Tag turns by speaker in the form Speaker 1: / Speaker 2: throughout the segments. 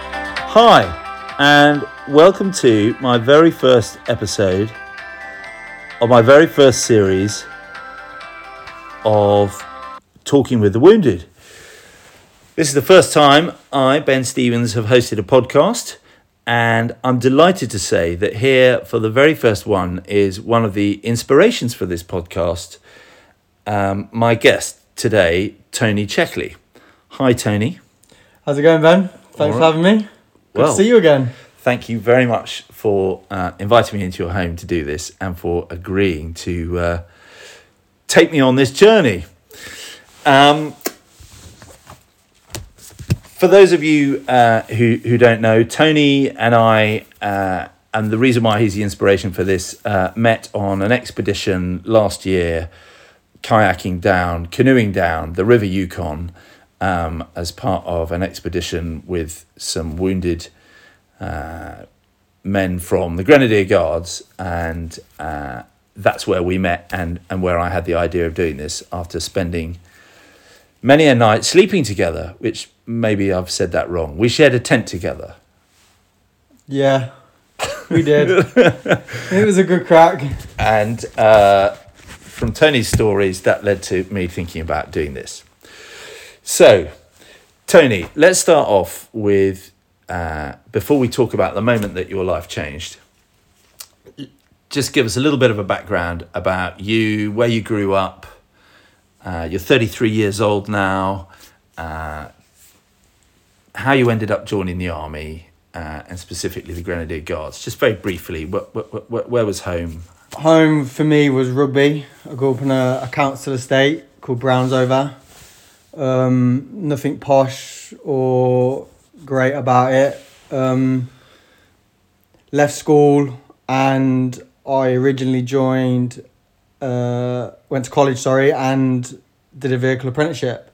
Speaker 1: Hi, and welcome to my very first episode of my very first series of Talking with the Wounded. This is the first time I, Ben Stevens, have hosted a podcast, and I'm delighted to say that here for the very first one is one of the inspirations for this podcast, um, my guest today, Tony Checkley. Hi, Tony.
Speaker 2: How's it going, Ben? Thanks for
Speaker 1: Alright.
Speaker 2: having me. Good
Speaker 1: Well-
Speaker 2: to see you again.
Speaker 1: Thank you very much for uh, inviting me into your home to do this and for agreeing to uh, take me on this journey. Um, for those of you uh, who, who don't know, Tony and I, uh, and the reason why he's the inspiration for this, uh, met on an expedition last year, kayaking down, canoeing down the River Yukon um, as part of an expedition with some wounded men from the Grenadier Guards, and uh, that's where we met and, and where I had the idea of doing this after spending many a night sleeping together, which maybe I've said that wrong. We shared a tent together.
Speaker 2: Yeah, we did. it was a good crack.
Speaker 1: And uh, from Tony's stories, that led to me thinking about doing this. So, Tony, let's start off with uh, before we talk about the moment that your life changed. Just give us a little bit of a background about you, where you grew up. Uh, you're 33 years old now. Uh, how you ended up joining the army, uh, and specifically the Grenadier Guards. Just very briefly, wh- wh- wh- where was home?
Speaker 2: Home for me was rugby. I grew up in a, a council estate called Brownsover. Um, nothing posh or great about it. Um, left school and I originally joined, uh, went to college, sorry, and did a vehicle apprenticeship.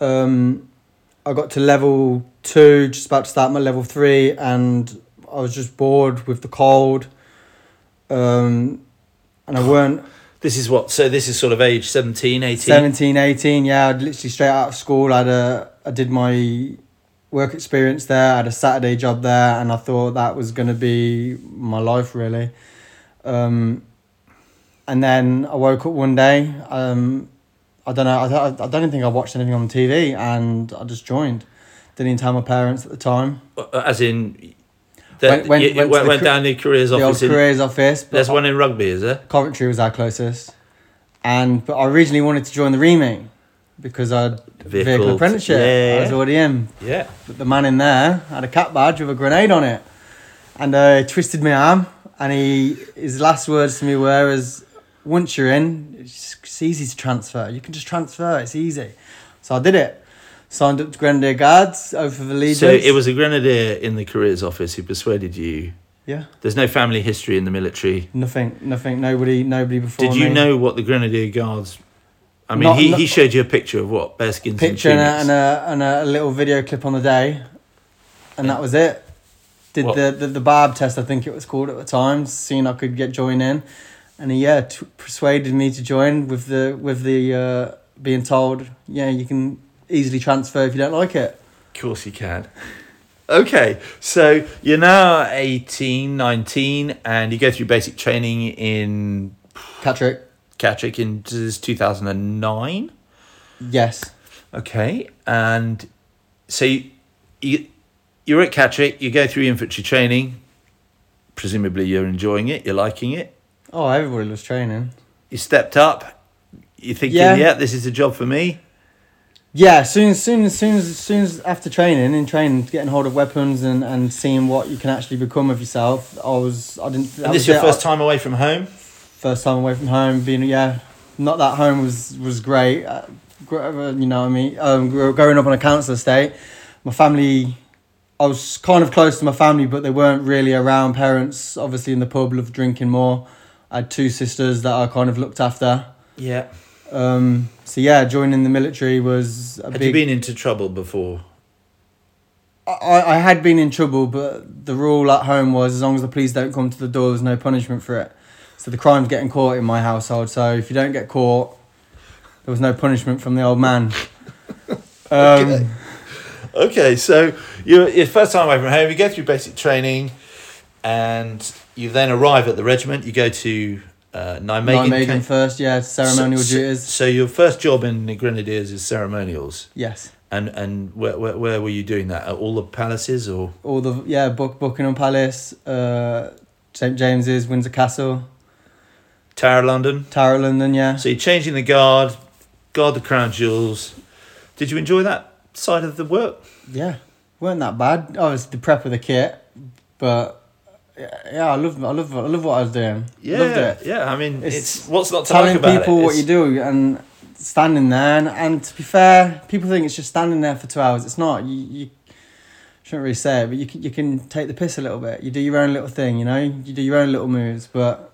Speaker 2: Um, I got to level two, just about to start my level three, and I was just bored with the cold. Um, and I weren't
Speaker 1: This is what, so this is sort of age 17, 18?
Speaker 2: 17, 18, yeah, I'd literally straight out of school. I had a, I did my work experience there. I had a Saturday job there, and I thought that was gonna be my life really. Um, and then I woke up one day. Um, I don't know. I, don't- I don't think I watched anything on TV, and I just joined. Didn't even tell my parents at the time.
Speaker 1: Uh, As in, the,
Speaker 2: Went- went-
Speaker 1: you- you
Speaker 2: went to
Speaker 1: went,
Speaker 2: the
Speaker 1: went
Speaker 2: cr-
Speaker 1: down the careers
Speaker 2: The old
Speaker 1: office. in-
Speaker 2: careers office. but
Speaker 1: there's one in rugby, is there?
Speaker 2: Coventry was our closest, and but I originally wanted to join the remake because I'd vehicle,
Speaker 1: Vehicle-
Speaker 2: apprenticeship.
Speaker 1: yeah,
Speaker 2: I was
Speaker 1: yeah.
Speaker 2: already in,
Speaker 1: Yeah.
Speaker 2: but the man in there had a cat badge with a grenade on it, and uh, he twisted my arm. And he his last words to me were, "Is once you're in, it's, it's easy to transfer. You can just transfer. It's easy." So I did it. Signed up to Grenadier Guards, oath of allegiance.
Speaker 1: So it was a grenadier in the careers office who persuaded you.
Speaker 2: yeah,
Speaker 1: There's no family history in the military.
Speaker 2: nothing, nothing, nobody, nobody before
Speaker 1: Did you
Speaker 2: me.
Speaker 1: know what the grenadier guards? I mean,
Speaker 2: Not-
Speaker 1: he,
Speaker 2: not-
Speaker 1: he showed you a picture of what bare skins
Speaker 2: picture and
Speaker 1: and
Speaker 2: a,
Speaker 1: tunics.
Speaker 2: and a and a little video clip on the day, and that was it. Did
Speaker 1: What-
Speaker 2: the, the the barb test? I think it was called at the time, seeing I could get joined in, and he yeah t- persuaded me to join with the with the uh, being told yeah you can easily transfer if you don't like it.
Speaker 1: Of course you can. Okay, so you're now 18, 19, and you go through basic training in
Speaker 2: Catrick,
Speaker 1: Catrick in 2009.
Speaker 2: yes,
Speaker 1: Okay, and so you, you you're at Catrick. You go through infantry training. Presumably, you're enjoying it. You're liking it.
Speaker 2: oh everybody loves training.
Speaker 1: You stepped up. You're thinking, yeah,
Speaker 2: Yeah.
Speaker 1: this is a job for me.
Speaker 2: Yeah, soon, soon, soon, soon as after training, in training, getting hold of weapons and, and seeing what you can actually become of yourself. I was, I didn't. that
Speaker 1: And this
Speaker 2: was
Speaker 1: is your
Speaker 2: it. I-
Speaker 1: first time away from home.
Speaker 2: first time away from home being yeah not that home was was great uh, gr- uh, you know what i mean um, gr- growing up on a council estate my family i was kind of close to my family but they weren't really around parents obviously in the pub loved drinking more i had two sisters that i kind of looked after
Speaker 1: Yeah.
Speaker 2: um, so yeah joining the military was a
Speaker 1: Had
Speaker 2: big
Speaker 1: you been into trouble before?
Speaker 2: I, I I had been in trouble, but the rule at home was as long as the police don't come to the door, there's no punishment for it. So the crime's getting caught in my household. So if you don't get caught, there was no punishment from the old man. Um,
Speaker 1: Okay, so you your first time away from home, you go through basic training, and you then arrive at the regiment. You go to uh, Nijmegen.
Speaker 2: Nijmegen first, yeah, ceremonial
Speaker 1: so,
Speaker 2: duties.
Speaker 1: So your first job in the Grenadiers is ceremonials,
Speaker 2: yes.
Speaker 1: and and where where, where were you doing that? At all the palaces or?
Speaker 2: All the, yeah, Buck, Buckingham Palace, uh, St. James's, Windsor Castle,
Speaker 1: Tower of London.
Speaker 2: Tower of London, yeah.
Speaker 1: So you're changing the guard, guard the crown jewels. Did you enjoy that side of the work?
Speaker 2: Yeah, weren't that bad. Obviously, the prep of the kit, but yeah, I love, I love, I love what I was doing.
Speaker 1: Yeah,
Speaker 2: Loved it.
Speaker 1: yeah. I mean, it's,
Speaker 2: It's
Speaker 1: what's not to
Speaker 2: Telling
Speaker 1: like about
Speaker 2: people
Speaker 1: it.
Speaker 2: what
Speaker 1: It's-
Speaker 2: you do and standing there, and, and to be fair, people think it's just standing there for two hours. It's not. You, you shouldn't really say it, but you can, you can take the piss a little bit. You do your own little thing, you know. You do your own little moves, but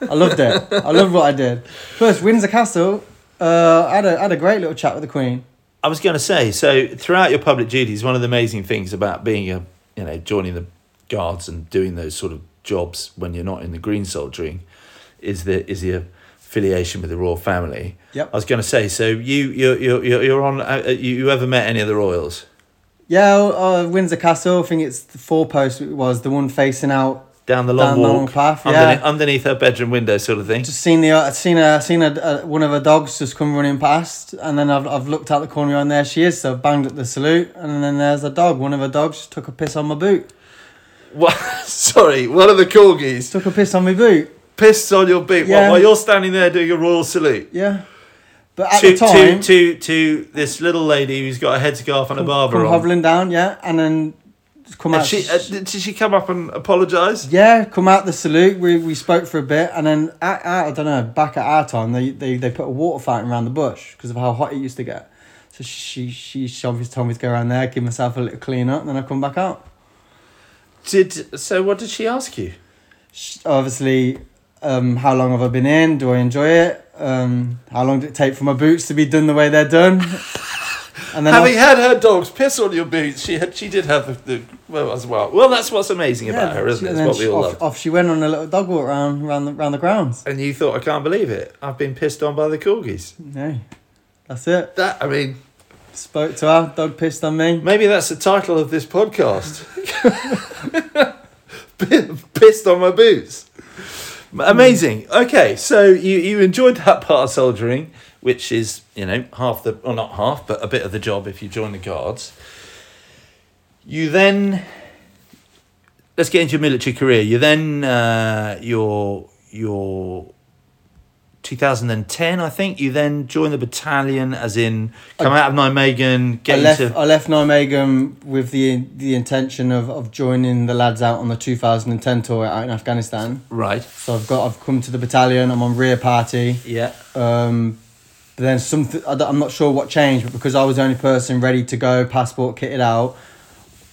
Speaker 2: I loved it. I loved what I did. Plus, Windsor Castle. Uh, I had a I had a great little chat with the Queen.
Speaker 1: I was going to say, so throughout your public duties, one of the amazing things about being a, you know, joining the guards and doing those sort of jobs when you're not in the green soldiering, is the is your affiliation with the royal family.
Speaker 2: Yep.
Speaker 1: I was going to say, so you you you you- you're on. uh, uh, You, you ever met any of the royals?
Speaker 2: Yeah, uh, Windsor Castle. I think it's the four post. It was the one facing out.
Speaker 1: Down the long
Speaker 2: Down the
Speaker 1: walk,
Speaker 2: long path, yeah.
Speaker 1: underneath, underneath her bedroom window, sort of thing.
Speaker 2: Just seen the. I've seen a. Seen a, a. One of her dogs just come running past, and then I've I've looked out the corner and there she is. So I've banged at the salute, and then there's a dog. One of her dogs just took a piss on my boot.
Speaker 1: What? Sorry, one of the corgis
Speaker 2: Took a piss on my boot.
Speaker 1: pissed on your boot
Speaker 2: Yeah.
Speaker 1: while, while you're standing there doing a royal salute.
Speaker 2: Yeah, but at
Speaker 1: to,
Speaker 2: the
Speaker 1: to
Speaker 2: time,
Speaker 1: to to this little lady who's got a headscarf and a barber
Speaker 2: come
Speaker 1: on.
Speaker 2: hobbling down. Yeah, and then just come
Speaker 1: And
Speaker 2: out.
Speaker 1: she, uh, did she come up and apologise?
Speaker 2: Yeah, come out the salute. We, we spoke for a bit, and then at, at, I don't know. Back at our time, they, they, they put a water fountain around the bush because of how hot it used to get. So she she she obviously told me to go around there, give myself a little clean up, and then I come back out.
Speaker 1: Did so? What did she ask you?
Speaker 2: She, obviously, um, how long have I been in? Do I enjoy it? Um, how long did it take for my boots to be done the way they're done? And then
Speaker 1: Having
Speaker 2: I,
Speaker 1: had her dogs piss on your boots, she had she did have the, the well as well. Well, that's what's amazing about her, isn't
Speaker 2: she-
Speaker 1: it?
Speaker 2: and
Speaker 1: It's
Speaker 2: then
Speaker 1: what we all
Speaker 2: she- off,
Speaker 1: love.
Speaker 2: off she went on a little dog walk round round the round the grounds.
Speaker 1: And you thought, I can't believe it. I've been pissed on by the corgis.
Speaker 2: No, that's it.
Speaker 1: That I mean,
Speaker 2: Spoke to her. Dog pissed on me.
Speaker 1: maybe that's the title of this podcast. pissed on my boots. Amazing. Okay, so you, you enjoyed that part of soldiering, which is, you know, half the, or not half, but a bit of the job if you join the guards. You then, let's get into your military career. You then, uh, your, your 2010, I think, you then join the battalion, as in come out of Nijmegen,
Speaker 2: I
Speaker 1: get
Speaker 2: left,
Speaker 1: into.
Speaker 2: I left Nijmegen with the the intention of, of joining the lads out on the 2010 tour out in Afghanistan.
Speaker 1: right.
Speaker 2: So I've got I've come to the battalion. I'm on rear party.
Speaker 1: Yeah.
Speaker 2: Um, but then something I don't- I'm not sure what changed, but because I was the only person ready to go, passport kitted out,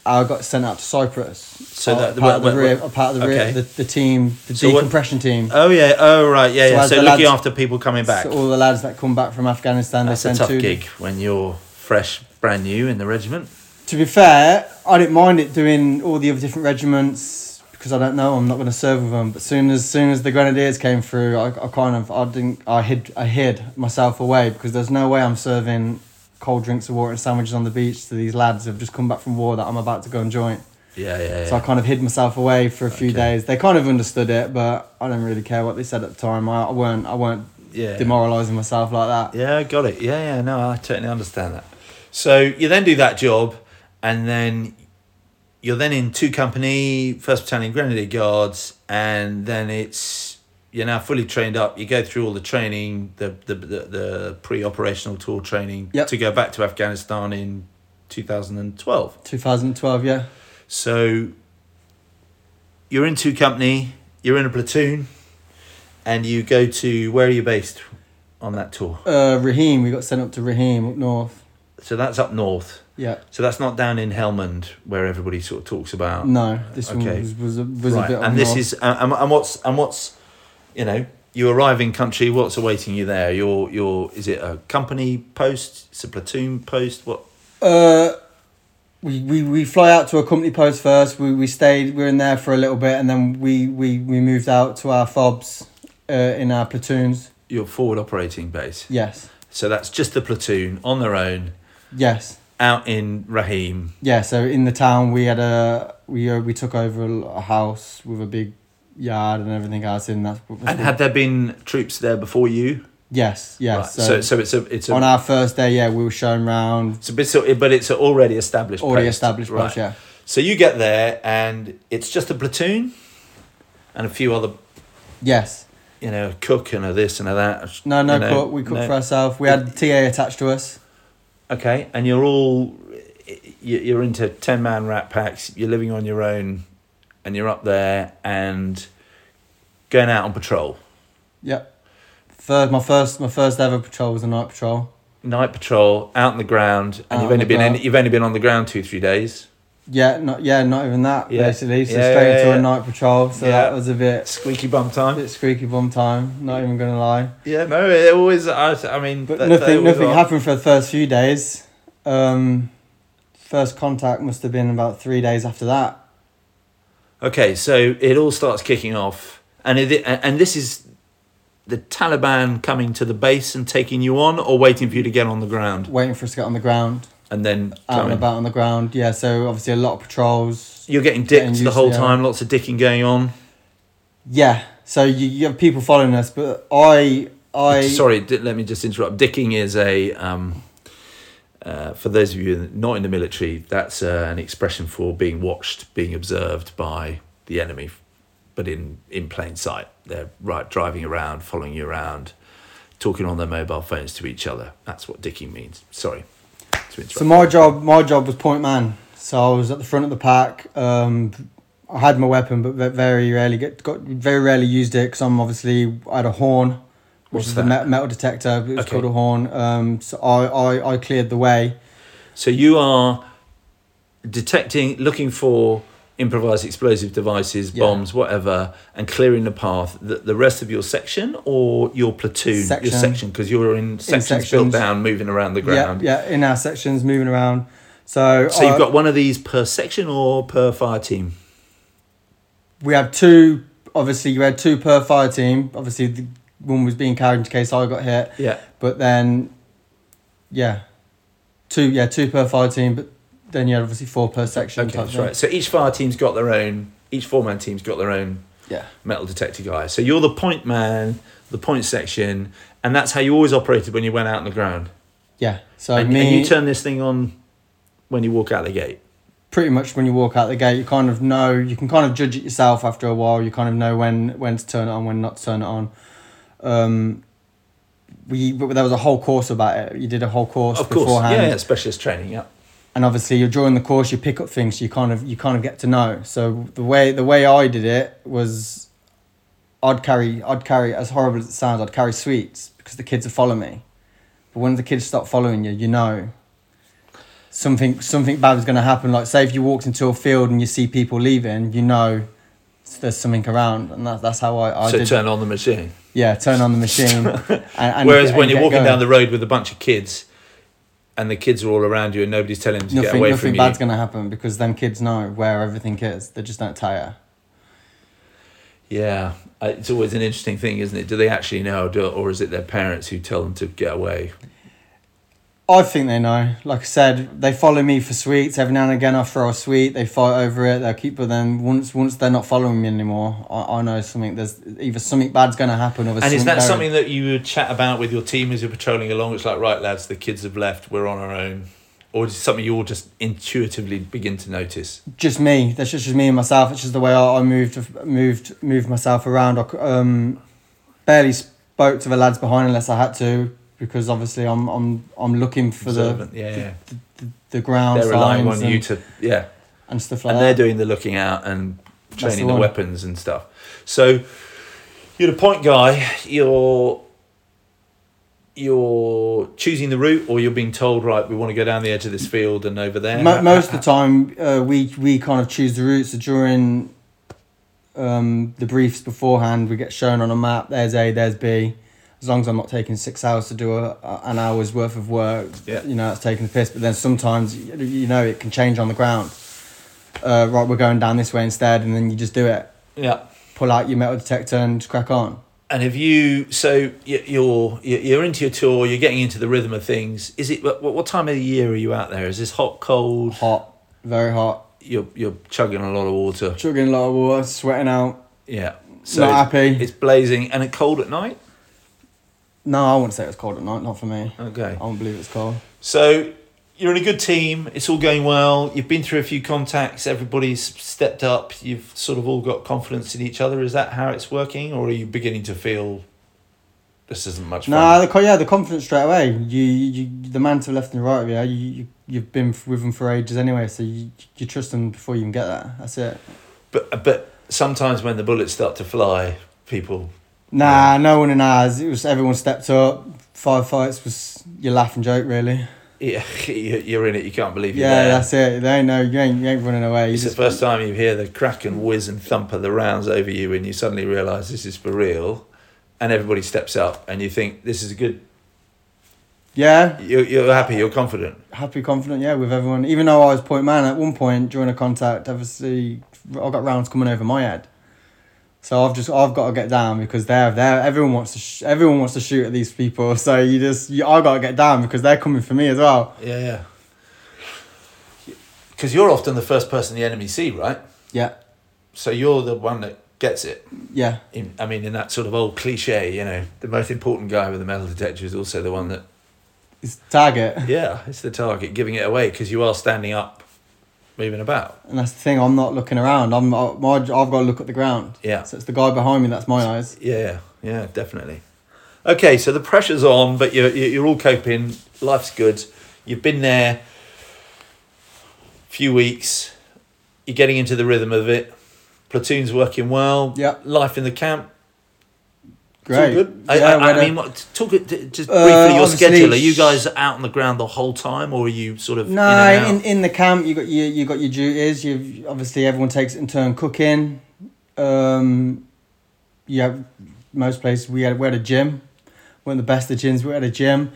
Speaker 2: I got sent out to Cyprus.
Speaker 1: So
Speaker 2: Part-
Speaker 1: that- the-
Speaker 2: part of
Speaker 1: wh-
Speaker 2: the
Speaker 1: wh-
Speaker 2: rear, part of the rear,
Speaker 1: okay.
Speaker 2: the, the team, the
Speaker 1: So what-
Speaker 2: decompression team.
Speaker 1: Oh yeah. Oh right. Yeah.
Speaker 2: So
Speaker 1: yeah.
Speaker 2: as
Speaker 1: So
Speaker 2: the
Speaker 1: looking
Speaker 2: lads-
Speaker 1: after people coming back.
Speaker 2: So all the lads that come back from Afghanistan,
Speaker 1: That's
Speaker 2: they
Speaker 1: a
Speaker 2: send
Speaker 1: tough
Speaker 2: to
Speaker 1: gig when you're fresh, brand new in the regiment.
Speaker 2: to be fair, I didn't mind it doing all the other different regiments because I don't know I'm not going to serve with them. But soon as soon as the Grenadiers came through, I, I kind of I didn't I hid I hid myself away because there's no way I'm serving cold drinks of water and sandwiches on the beach to these lads who've just come back from war that I'm about to go and join.
Speaker 1: Yeah, yeah, yeah.
Speaker 2: So I kind of hid myself away for a few
Speaker 1: Okay.
Speaker 2: days. They kind of understood it, but I don't really care what they said at the time. I, I weren't I weren't
Speaker 1: yeah.
Speaker 2: demoralising myself like that.
Speaker 1: yeah, got it. Yeah, yeah. No, I totally understand that. So you then do that job, and then you're then in two company, first battalion grenadier guards, and then it's you're now fully trained up. You go through all the training, the the the, the pre-operational tour training
Speaker 2: Yep.
Speaker 1: to go back to Afghanistan in 2012.
Speaker 2: 2012, yeah.
Speaker 1: So you're in two company, you're in a platoon, and you go to where are you based on that tour?
Speaker 2: Uh, Raheem, we got sent up to Raheem up north.
Speaker 1: So that's up north.
Speaker 2: Yeah.
Speaker 1: So that's not down in Helmand where everybody sort of talks about.
Speaker 2: No, this
Speaker 1: Okay.
Speaker 2: one was, was a, was a
Speaker 1: right.
Speaker 2: bit.
Speaker 1: and this is and, and- and what's and what's you know you arrive in country. What's awaiting you there? Your your is it a company post? It's a platoon post. What?
Speaker 2: Uh, we, we, we fly out to a company post first. We, we stayed. We were in there for a little bit, and then we, we, we moved out to our fobs, uh, in our platoons.
Speaker 1: Your forward operating base.
Speaker 2: Yes,
Speaker 1: So that's just the platoon on their own.
Speaker 2: yes.
Speaker 1: out in Rahim.
Speaker 2: Yeah, so in the town we had a we uh, we took over a l- a house with a big yard and everything else in that.
Speaker 1: And had there been troops there before you?
Speaker 2: yes, yes.
Speaker 1: Right,
Speaker 2: So,
Speaker 1: so, so it's a it's a,
Speaker 2: on our first day, yeah, we were shown round
Speaker 1: it's a bit so, but it's an already established
Speaker 2: already
Speaker 1: post,
Speaker 2: established
Speaker 1: right.
Speaker 2: post, yeah.
Speaker 1: So you get there and it's just a platoon, and a few other
Speaker 2: Yes.
Speaker 1: you know a cook and a this and a that.
Speaker 2: No, no
Speaker 1: you know,
Speaker 2: cook. We cooked
Speaker 1: no.
Speaker 2: for ourselves. We had TA attached to us.
Speaker 1: Okay, and you're all you- you're into ten man rat packs. You're living on your own, and you're up there and going out on patrol,
Speaker 2: Yep. First, my first, my first ever patrol was a night patrol.
Speaker 1: night patrol, out on the ground, and
Speaker 2: Out
Speaker 1: you've
Speaker 2: on
Speaker 1: only
Speaker 2: the
Speaker 1: been in,
Speaker 2: ground.
Speaker 1: you've only been on the ground two three days.
Speaker 2: Yeah, not yeah, not even that
Speaker 1: Yeah.
Speaker 2: basically. So
Speaker 1: Yeah,
Speaker 2: straight
Speaker 1: yeah,
Speaker 2: into
Speaker 1: yeah.
Speaker 2: a night patrol. So
Speaker 1: Yeah.
Speaker 2: that was a bit,
Speaker 1: Squeaky bum time.
Speaker 2: bit squeaky bum time. Not even gonna lie.
Speaker 1: Yeah, no, it always. I, I mean,
Speaker 2: But
Speaker 1: that- that
Speaker 2: nothing,
Speaker 1: always
Speaker 2: nothing
Speaker 1: are-
Speaker 2: happened for the first few days. Um, first contact must have been about three days after that.
Speaker 1: Okay, so it all starts kicking off, and it, and this is the Taliban coming to the base and taking you on, or waiting for you to get on the ground
Speaker 2: Waiting for us to get on the ground,
Speaker 1: and then
Speaker 2: out and
Speaker 1: coming.
Speaker 2: about on the ground. Yeah, so obviously a lot of patrols.
Speaker 1: You're getting dicked
Speaker 2: Getting
Speaker 1: the
Speaker 2: used
Speaker 1: whole
Speaker 2: to it.
Speaker 1: time. Lots of dicking going on.
Speaker 2: Yeah, so you, you have people following us, but I, I,
Speaker 1: Sorry, di- let me just interrupt. Dicking is a um, uh, for those of you not in the military, that's uh, an expression for being watched, being observed by the enemy, but in in plain sight. They're right driving around, following you around, talking on their mobile phones to each other. That's what dicking means. Sorry. to interrupt.
Speaker 2: So my job, my job was point man. So I was at the front of the pack. Um, I had my weapon, but ve- very rarely get got very rarely used it because I'm obviously I had a horn, which
Speaker 1: What's
Speaker 2: is
Speaker 1: that?
Speaker 2: the me- metal detector. But it was
Speaker 1: Okay.
Speaker 2: called a horn. Um, so I, I, I cleared the way.
Speaker 1: So you are detecting, looking for improvised explosive devices,
Speaker 2: Yeah.
Speaker 1: bombs, whatever, and clearing the path. The, the rest of your section or your platoon,
Speaker 2: Section.
Speaker 1: your section, because you're in sections, built
Speaker 2: sections.
Speaker 1: down, moving around the ground.
Speaker 2: Yeah, Uh, yeah, in our sections, moving around. So,
Speaker 1: So
Speaker 2: I-
Speaker 1: you've got one of these per section or per fire team.
Speaker 2: we had two. Obviously, you had two per fire team. Obviously, the one was being carried in case I got hit.
Speaker 1: Yeah.
Speaker 2: But then, yeah, two yeah two per fire team. But then you had obviously four per section.
Speaker 1: Okay,
Speaker 2: type
Speaker 1: that's
Speaker 2: thing.
Speaker 1: right. So each fire team's got their own. Each four man team's got their own
Speaker 2: Yeah,
Speaker 1: metal detector guy. So you're the point man, the point section, and that's how you always operated when you went out on the ground.
Speaker 2: yeah. So
Speaker 1: and,
Speaker 2: me,
Speaker 1: and you turn this thing on when you walk out the gate.
Speaker 2: pretty much when you walk out the gate, you kind of know. You can kind of judge it yourself after a while. You kind of know when when to turn it on, when not to turn it on. Um, we but there was a whole course about it. You did a whole course
Speaker 1: Of course,
Speaker 2: beforehand.
Speaker 1: yeah, yeah, specialist training. Yeah,
Speaker 2: and obviously you're during the course you pick up things you kind of you kind of get to know so the way the way i did it was i'd carry i'd carry as horrible as it sounds i'd carry sweets because the kids would follow me but when the kids stop following you you know something something bad is going to happen like say if you walked into a field and you see people leaving you know there's something around and that, that's how i, I
Speaker 1: so
Speaker 2: did
Speaker 1: turn on the machine.
Speaker 2: yeah turn on the machine and, and
Speaker 1: Whereas
Speaker 2: get-
Speaker 1: when
Speaker 2: and
Speaker 1: you're
Speaker 2: get
Speaker 1: walking
Speaker 2: going.
Speaker 1: down the road with a bunch of kids, and the kids are all around you, and nobody's telling them to get
Speaker 2: nothing,
Speaker 1: away
Speaker 2: nothing
Speaker 1: from
Speaker 2: bad's
Speaker 1: you.
Speaker 2: going to happen because them kids know where everything is they just don't tire
Speaker 1: Yeah, Uh, it's always an interesting thing, isn't it? Do they actually know, or do, or is it their parents who tell them to get away?
Speaker 2: I think they know. Like I said, they follow me for sweets. Every now and again, I throw a sweet. They fight over it. They'll keep. But then once once they're not following me anymore, I, I know something. There's either something bad's going to happen, or there's
Speaker 1: and is
Speaker 2: something
Speaker 1: that
Speaker 2: very-
Speaker 1: something that you would chat about with your team as you're patrolling along? It's like, right, lads, the kids have left. We're on our own. Or is it something you all just intuitively begin to notice?
Speaker 2: just me. That's just, just me and myself. It's just the way I, I moved, moved, moved myself around. I c- um, barely spoke to the lads behind unless I had to, because obviously I'm I'm I'm looking for the,
Speaker 1: Observant, yeah, yeah.
Speaker 2: the, the the ground
Speaker 1: They're relying
Speaker 2: signs
Speaker 1: on
Speaker 2: and,
Speaker 1: you to, yeah.
Speaker 2: and stuff like
Speaker 1: and
Speaker 2: that.
Speaker 1: they're doing the looking out and training the,
Speaker 2: the one.
Speaker 1: weapons and stuff. So you're the point guy. You're you're choosing the route, or you're being told, right, we want to go down the edge of this field and over there.
Speaker 2: Mo- most of the time, uh, we we kind of choose the routes. So during um, the briefs beforehand, we get shown on a map. There's A, there's B. As long as I'm not taking six hours to do a, a- an hour's worth of work,
Speaker 1: Yeah.
Speaker 2: you know, it's taking the piss. But then sometimes, y- you know, it can change on the ground. Uh, right, we're going down this way instead, and then you just do it.
Speaker 1: yeah.
Speaker 2: Pull out your metal detector and just crack on.
Speaker 1: and have you? So y- you're you're into your tour. You're getting into the rhythm of things. Is it what, what time of the year are you out there? Is this hot, cold?
Speaker 2: Hot, very hot.
Speaker 1: You're you're chugging a lot of water.
Speaker 2: Chugging a lot of water, sweating out.
Speaker 1: Yeah.
Speaker 2: Not
Speaker 1: it's-
Speaker 2: happy.
Speaker 1: It's blazing and it's cold at night.
Speaker 2: No, I wouldn't say it was cold at night. Not for me. I
Speaker 1: Okay.
Speaker 2: don't believe it's cold.
Speaker 1: So you're in a good team. It's all going well. You've been through a few contacts. Everybody's stepped up. You've sort of all got confidence in each other. Is that how it's working, or are you beginning to feel this isn't much
Speaker 2: No,
Speaker 1: fun?
Speaker 2: the co- yeah, the confidence straight away. You, you, you- the man to the left and the right of you, you, you you've been f- with them for ages anyway, so you, you trust them before you even get there. That's it.
Speaker 1: But but sometimes when the bullets start to fly, people.
Speaker 2: Nah, no one in ours. It was everyone stepped up. Five fights was your laugh and joke, really.
Speaker 1: Yeah, you- you're in it. You can't believe you're
Speaker 2: Yeah,
Speaker 1: there.
Speaker 2: that's it. They ain't no, you ain't, you ain't running away. You
Speaker 1: It's the
Speaker 2: just,
Speaker 1: first time you hear the crack and whiz and thump of the rounds over you, and you suddenly realise this is for real, and everybody steps up, and you think this is a good.
Speaker 2: yeah,
Speaker 1: You're, you're happy. You're confident.
Speaker 2: happy, confident. Yeah, with everyone. Even though I was point man at one point during a contact, obviously I got rounds coming over my head. So I've just I've got to get down because they're there. Everyone wants to sh- everyone wants to shoot at these people. So you just you, I got to get down because they're coming for me as well.
Speaker 1: Yeah, yeah. Because you're often the first person the enemy see, right?
Speaker 2: Yeah,
Speaker 1: So you're the one that gets it.
Speaker 2: yeah,
Speaker 1: In, I mean, in that sort of old cliche, you know, the most important guy with the metal detector is also the one that
Speaker 2: it's target.
Speaker 1: Yeah, it's the target giving it away because you are standing up, moving about.
Speaker 2: And that's the thing, I'm not looking around. I'm I, my, I've got to look at the ground.
Speaker 1: Yeah.
Speaker 2: So it's the guy behind me that's my eyes.
Speaker 1: Yeah, yeah, definitely. Okay, so the pressure's on, but you're you're you're all coping. Life's good. You've been there. Few weeks. You're getting into the rhythm of it. Platoon's working well.
Speaker 2: Yeah.
Speaker 1: Life in the camp. it's all
Speaker 2: Great.
Speaker 1: good. I,
Speaker 2: Yeah,
Speaker 1: I, I
Speaker 2: we're-
Speaker 1: mean, what, talk it- t- just
Speaker 2: Uh,
Speaker 1: briefly your
Speaker 2: obviously-
Speaker 1: schedule. Are you guys out on the ground the whole time, or are you sort of in
Speaker 2: No,
Speaker 1: and out?
Speaker 2: in, in the camp you got your you got your duties. You've obviously everyone takes it in turn cooking. Um, yeah, most places we had we had a gym. One of the best of gyms. We had a gym.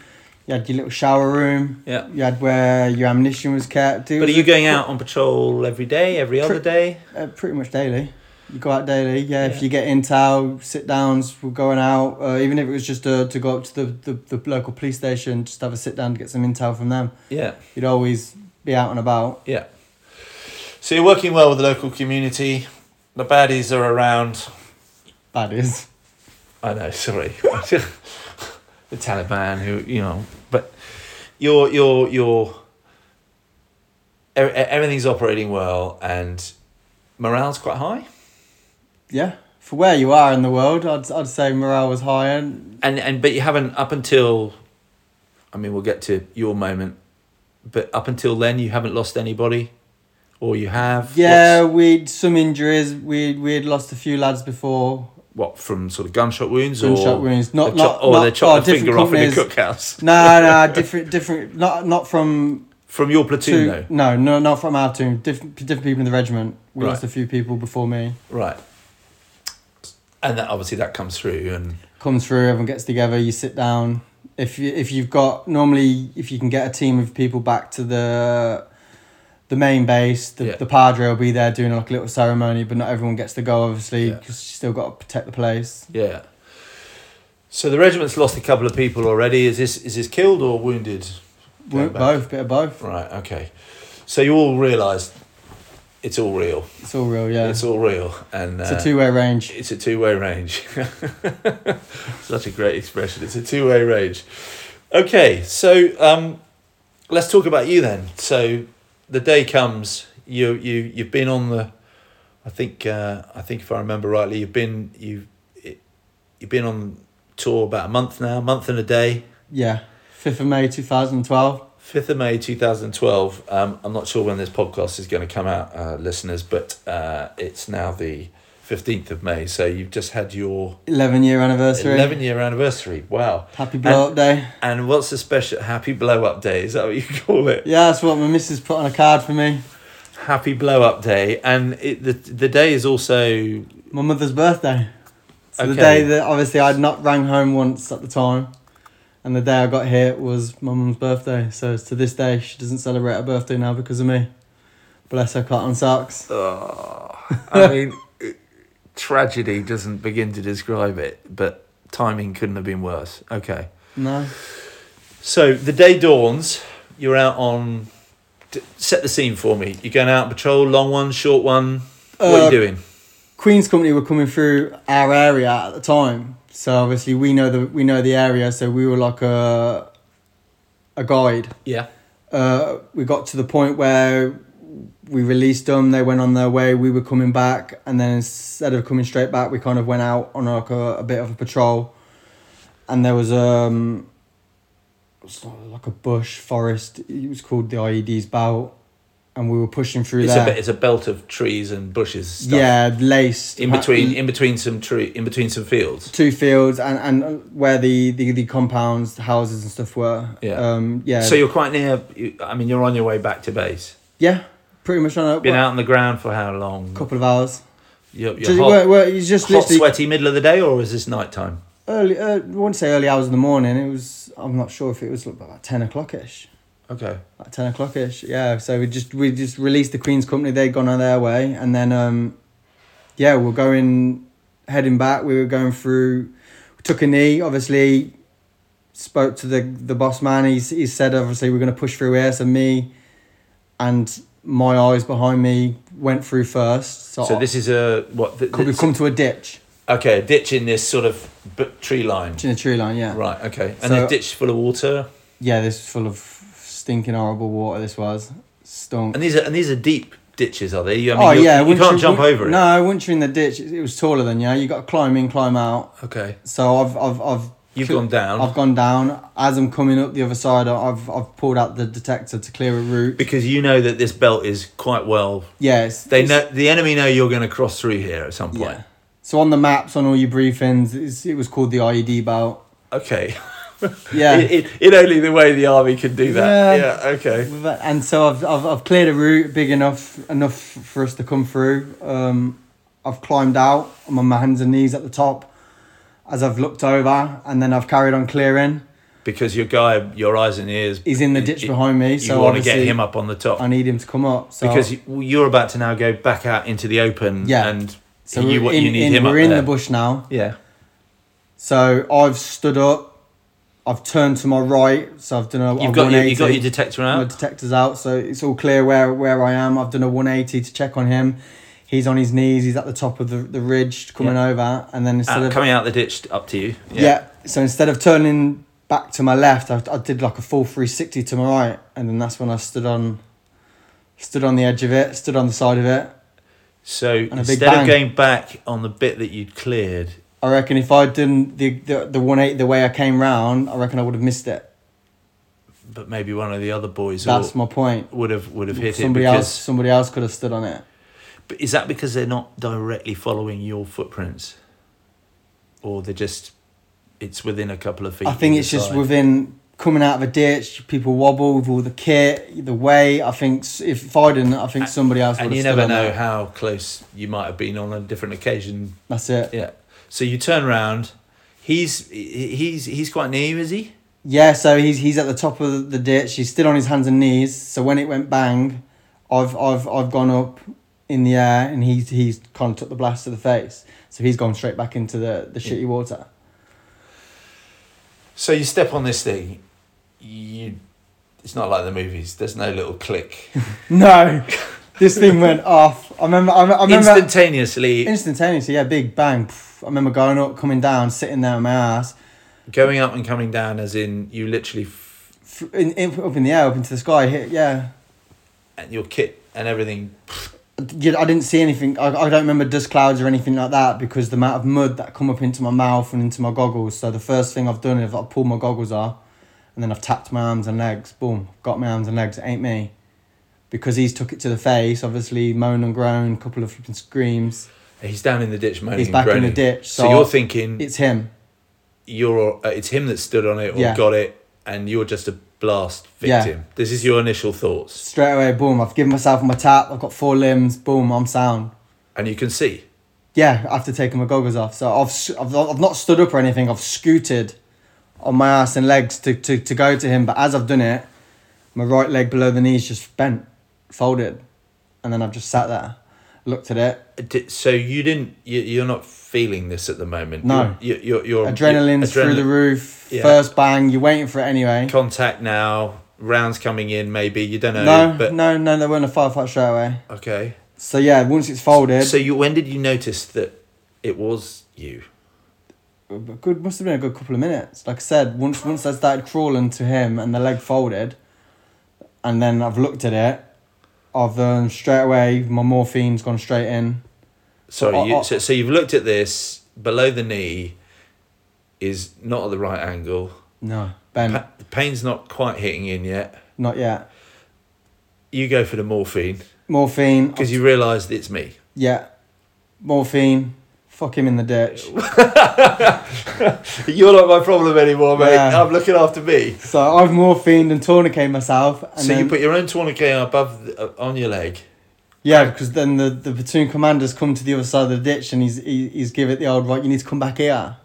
Speaker 2: You had your little shower room.
Speaker 1: Yeah.
Speaker 2: You had where your ammunition was kept. It
Speaker 1: But are
Speaker 2: was
Speaker 1: you
Speaker 2: a-
Speaker 1: going out on patrol every day, every other
Speaker 2: Pre-
Speaker 1: day?
Speaker 2: Uh, pretty much daily. You go out daily. Yeah,
Speaker 1: Yeah.
Speaker 2: if you get intel, sit downs, we're going out. Uh, even if it was just uh, to go up to the, the, the local police station, just have a sit down to get some intel from them.
Speaker 1: Yeah,
Speaker 2: You'd always be out and about.
Speaker 1: yeah. So you're working well with the local community. The baddies are around.
Speaker 2: That is.
Speaker 1: I know, sorry. the Taliban, who you know, but you're you're you're e- e- everything's operating well and morale's quite high.
Speaker 2: Yeah. For where you are in the world, I'd, I'd say morale was high. And
Speaker 1: And and but you haven't up until, I mean, we'll get to your moment, but up until then you haven't lost anybody, or you have.
Speaker 2: yeah,
Speaker 1: What's-
Speaker 2: we'd some injuries. We'd, we'd lost a few lads before.
Speaker 1: what from sort of gunshot wounds or
Speaker 2: Gunshot wounds. Not,
Speaker 1: They've
Speaker 2: not,
Speaker 1: chop- or
Speaker 2: not,
Speaker 1: they chopped
Speaker 2: oh,
Speaker 1: the finger
Speaker 2: different
Speaker 1: off in a
Speaker 2: companies.
Speaker 1: cookhouse
Speaker 2: No, no, different, different. Not, not from
Speaker 1: from your platoon
Speaker 2: two,
Speaker 1: though
Speaker 2: no, no, not from our team. Different, different people in the regiment. We
Speaker 1: Right.
Speaker 2: lost a few people before me.
Speaker 1: right and that obviously that comes through and
Speaker 2: Comes through, everyone gets together. You sit down. If you if you've got normally if you can get a team of people back to the the main base, the,
Speaker 1: Yeah.
Speaker 2: the padre will be there doing like a little ceremony, but not everyone gets to go obviously
Speaker 1: Yeah.
Speaker 2: because you still got to protect the place.
Speaker 1: yeah so the regiment's lost a couple of people already is this is this killed or wounded Going
Speaker 2: Wo-
Speaker 1: back.
Speaker 2: both, bit of both.
Speaker 1: right okay so you all realize it's all real
Speaker 2: It's all real, yeah.
Speaker 1: it's
Speaker 2: It's,
Speaker 1: all real and uh,
Speaker 2: a two way range.
Speaker 1: It's a two way range. Such a great expression. It's a two way range. Okay, so um, let's talk about you then. So the day comes. You you you've been on the. I think uh, I think if I remember rightly, you've been you it- you've been on tour about a month now, month and a day.
Speaker 2: Yeah, fifth of May two thousand twelve.
Speaker 1: 5th of May 2012. Um, I'm not sure when this podcast is going to come out, uh, listeners, but uh, it's now the 15th of May. So you've just had your
Speaker 2: Eleven year anniversary.
Speaker 1: 11 year anniversary. Wow.
Speaker 2: Happy blow up day.
Speaker 1: And what's the special happy blow up day? Is that what you call it?
Speaker 2: Yeah, that's what my missus put on a card for me.
Speaker 1: Happy blow up day. And it, the, the day is also.
Speaker 2: My mother's birthday. So the
Speaker 1: Okay.
Speaker 2: day that obviously I'd not rang home once at the time, and the day I got here was my mum's birthday. So to this day, she doesn't celebrate her birthday now because of me. Bless her cotton socks.
Speaker 1: I mean, tragedy doesn't begin to describe it, but timing couldn't have been worse. Okay.
Speaker 2: No.
Speaker 1: So the day dawns. You're out on. d- Set the scene for me. You're going out on patrol, long one, short one. what are
Speaker 2: Uh,
Speaker 1: you doing?
Speaker 2: Queen's Company were coming through our area at the time, so obviously we know the we know the area, so we were like a a guide.
Speaker 1: Yeah.
Speaker 2: Uh, we got to the point where we released them. They went on their way. We were coming back, and then instead of coming straight back, we kind of went out on like a, a bit of a patrol, and there was um, it was like a bush forest. It was called the IED's belt, and we were pushing through
Speaker 1: It's a,
Speaker 2: there.
Speaker 1: bit, it's a belt of trees and bushes. Stuff.
Speaker 2: Yeah, laced
Speaker 1: In
Speaker 2: Ha-
Speaker 1: between, in between some tree, in between some fields.
Speaker 2: two fields and and where the the, the compounds houses and stuff were
Speaker 1: Yeah.
Speaker 2: um yeah
Speaker 1: So you're quite near. You, I mean, you're on your way back to base.
Speaker 2: yeah pretty much on a
Speaker 1: Been
Speaker 2: what,
Speaker 1: out on the ground for how long?
Speaker 2: couple of hours
Speaker 1: You're, you're
Speaker 2: just,
Speaker 1: hot,
Speaker 2: were, were, it's just
Speaker 1: hot,
Speaker 2: literally
Speaker 1: sweaty middle of the day, or is this nighttime?
Speaker 2: early uh, I wouldn't say early hours in the morning it was I'm not sure if it was about 10 o'clock ish
Speaker 1: Okay.
Speaker 2: at 10 o'clock ish yeah so we just we just released the queen's company they'd gone on their way and then um yeah we're going heading back we were going through took a knee obviously spoke to the the boss man he's he said obviously we're going to push through here so me and my eyes behind me went through first so,
Speaker 1: So this is a what? th-
Speaker 2: could we
Speaker 1: th-
Speaker 2: come to a ditch
Speaker 1: Okay, a ditch in this sort of b- tree line.
Speaker 2: in a tree line yeah
Speaker 1: Right. Okay. And
Speaker 2: So-
Speaker 1: a ditch full of water.
Speaker 2: yeah this is full of stinking horrible water this was stunk
Speaker 1: And these are and these are deep ditches, are they? You- I
Speaker 2: Oh,
Speaker 1: mean, you- you
Speaker 2: once
Speaker 1: can't jump
Speaker 2: once-
Speaker 1: over it.
Speaker 2: No, once you're in the ditch, it, it was taller than you. You got to climb in, climb out.
Speaker 1: Okay.
Speaker 2: So I've, I've, I've.
Speaker 1: You've gone down.
Speaker 2: I've gone down. As I'm coming up the other side, I've, I've pulled out the detector to clear a route.
Speaker 1: Because you know that this belt is quite well.
Speaker 2: yes,
Speaker 1: They know the enemy know you're going to cross through here at some point.
Speaker 2: Yeah. So on the maps, on all your briefings, it's, it was called the E IED belt.
Speaker 1: Okay.
Speaker 2: Yeah.
Speaker 1: in, in, in only the way the army can do that.
Speaker 2: Yeah.
Speaker 1: Yeah. Okay.
Speaker 2: and so I've, I've I've cleared a route big enough enough for us to come through. Um, I've climbed out. I'm on my hands and knees at the top. As I've looked over, and then I've carried on clearing.
Speaker 1: Because your guy, your eyes and ears.
Speaker 2: He's in the ditch behind me, so
Speaker 1: you want to get
Speaker 2: obviously
Speaker 1: him up on the top
Speaker 2: I need him to come up. So
Speaker 1: because you- you're about to now go back out into the open.
Speaker 2: Yeah.
Speaker 1: And
Speaker 2: so
Speaker 1: you,
Speaker 2: we're
Speaker 1: what
Speaker 2: in,
Speaker 1: you need
Speaker 2: in-
Speaker 1: him
Speaker 2: we're
Speaker 1: up
Speaker 2: in
Speaker 1: there.
Speaker 2: the bush now.
Speaker 1: Yeah.
Speaker 2: So I've stood up. I've turned to my right, so I've done a.
Speaker 1: You've
Speaker 2: a
Speaker 1: got your, you
Speaker 2: 180.
Speaker 1: got your detector
Speaker 2: My
Speaker 1: out.
Speaker 2: detector's out, so it's all clear where where I am. I've done a one eighty to check on him. He's on his knees. He's at the top of the, the ridge coming
Speaker 1: Yeah.
Speaker 2: over, and then instead
Speaker 1: Out-
Speaker 2: of
Speaker 1: coming out the ditch up to you.
Speaker 2: yeah. so instead of turning back to my left, I, I did like a full three sixty to my right, and then that's when I stood on, stood on the edge of it, stood on the side of it.
Speaker 1: So
Speaker 2: big
Speaker 1: instead
Speaker 2: bang.
Speaker 1: of going back on the bit that you'd cleared,
Speaker 2: I reckon if I'd done the the, the one eight the way I came round, I reckon I would have missed it.
Speaker 1: but maybe one of the other boys
Speaker 2: That's
Speaker 1: will-
Speaker 2: my point.
Speaker 1: would have would have hit
Speaker 2: Somebody
Speaker 1: it.
Speaker 2: else
Speaker 1: Because,
Speaker 2: somebody else could have stood on it.
Speaker 1: but is that because they're not directly following your footprints, or they're just it's within a couple of feet?
Speaker 2: I think
Speaker 1: either
Speaker 2: it's just
Speaker 1: side?
Speaker 2: within coming out of a ditch, people wobble with all the kit, the way. I think s- if, if I didn't, I think somebody else would
Speaker 1: And
Speaker 2: have
Speaker 1: you
Speaker 2: stood
Speaker 1: never
Speaker 2: on
Speaker 1: know
Speaker 2: it.
Speaker 1: how close you might have been on a different occasion.
Speaker 2: That's it.
Speaker 1: Yeah. So you turn round. He's he- he's he's quite near you, is he?
Speaker 2: Yeah, so he's he's at the top of the ditch. He's still on his hands and knees. So when it went bang, I've I've I've gone up in the air, and he's he's kind of took the blast to the face. So he's gone straight back into the the shitty water.
Speaker 1: So you step on this thing, you. It's not like the movies. There's no little click.
Speaker 2: No, this thing went off. I remember. I, I remember
Speaker 1: Instantaneously,
Speaker 2: instantaneously. Yeah, big bang. Pff, I remember going up, coming down, sitting there on my ass,
Speaker 1: going up and coming down, as in you literally, f-
Speaker 2: f- in, in, up in the air, up into the sky. Hit. Yeah,
Speaker 1: and your kit and everything.
Speaker 2: You- I didn't see anything. I, I don't remember dust clouds or anything like that because the amount of mud that come up into my mouth and into my goggles. So the first thing I've done is I've pulled my goggles off, and then I've tapped my arms and legs. Boom, got my arms and legs. It ain't me, because he's took it to the face. Obviously, moan and groan, couple of flipping screams.
Speaker 1: He's down in the ditch, moaning.
Speaker 2: He's
Speaker 1: and
Speaker 2: back in the
Speaker 1: groaning.
Speaker 2: ditch,
Speaker 1: So,
Speaker 2: so
Speaker 1: you're thinking
Speaker 2: It's him.
Speaker 1: you're uh, it's him that stood on it or
Speaker 2: Yeah.
Speaker 1: got it, and you're just a blast
Speaker 2: Yeah.
Speaker 1: victim. This is your initial thoughts,
Speaker 2: Straight away, boom. I've given myself my tap. I've got four limbs. Boom. I'm sound.
Speaker 1: and you can see.
Speaker 2: Yeah, after taking my goggles off. So I've, s- I've, I've not stood up or anything. I've scooted on my ass and legs to, to, to go to him. But as I've done it, my right leg below the knees just bent, folded. And then I've just sat there. looked at it.
Speaker 1: D- So you didn't. You, you're not feeling this at the moment.
Speaker 2: No.
Speaker 1: You're, you're, you're,
Speaker 2: Adrenaline's through the
Speaker 1: adrenaline-
Speaker 2: roof.
Speaker 1: Yeah.
Speaker 2: First bang, you're waiting for it anyway.
Speaker 1: Contact now. Rounds coming in. Maybe you don't know.
Speaker 2: no,
Speaker 1: but
Speaker 2: no, no, they weren't a firefight straight away.
Speaker 1: okay.
Speaker 2: So yeah, once it's folded,
Speaker 1: So you. When did you notice that it was you?
Speaker 2: a good must have been a good couple of minutes. Like I said, once once I started crawling to him and the leg folded, and then I've looked at it, I've um, straight away my morphine's gone straight in.
Speaker 1: Sorry.
Speaker 2: I- I-
Speaker 1: you, so, so you've looked at this below the knee. Is not at the right angle.
Speaker 2: No, Ben,
Speaker 1: Pa- the pain's not quite hitting in yet.
Speaker 2: not yet.
Speaker 1: You go for the morphine
Speaker 2: Morphine,
Speaker 1: because you realise it's me.
Speaker 2: yeah, morphine. Fuck him in the ditch.
Speaker 1: You're not my problem anymore, mate.
Speaker 2: Yeah.
Speaker 1: I'm looking after me.
Speaker 2: So I've morphined and tourniquet myself. And
Speaker 1: so
Speaker 2: then,
Speaker 1: you put your own tourniquet above the, uh, on your leg.
Speaker 2: yeah, because then the, the platoon commander's come to the other side of the ditch and he's he, he's give it the old right. You need to come back here.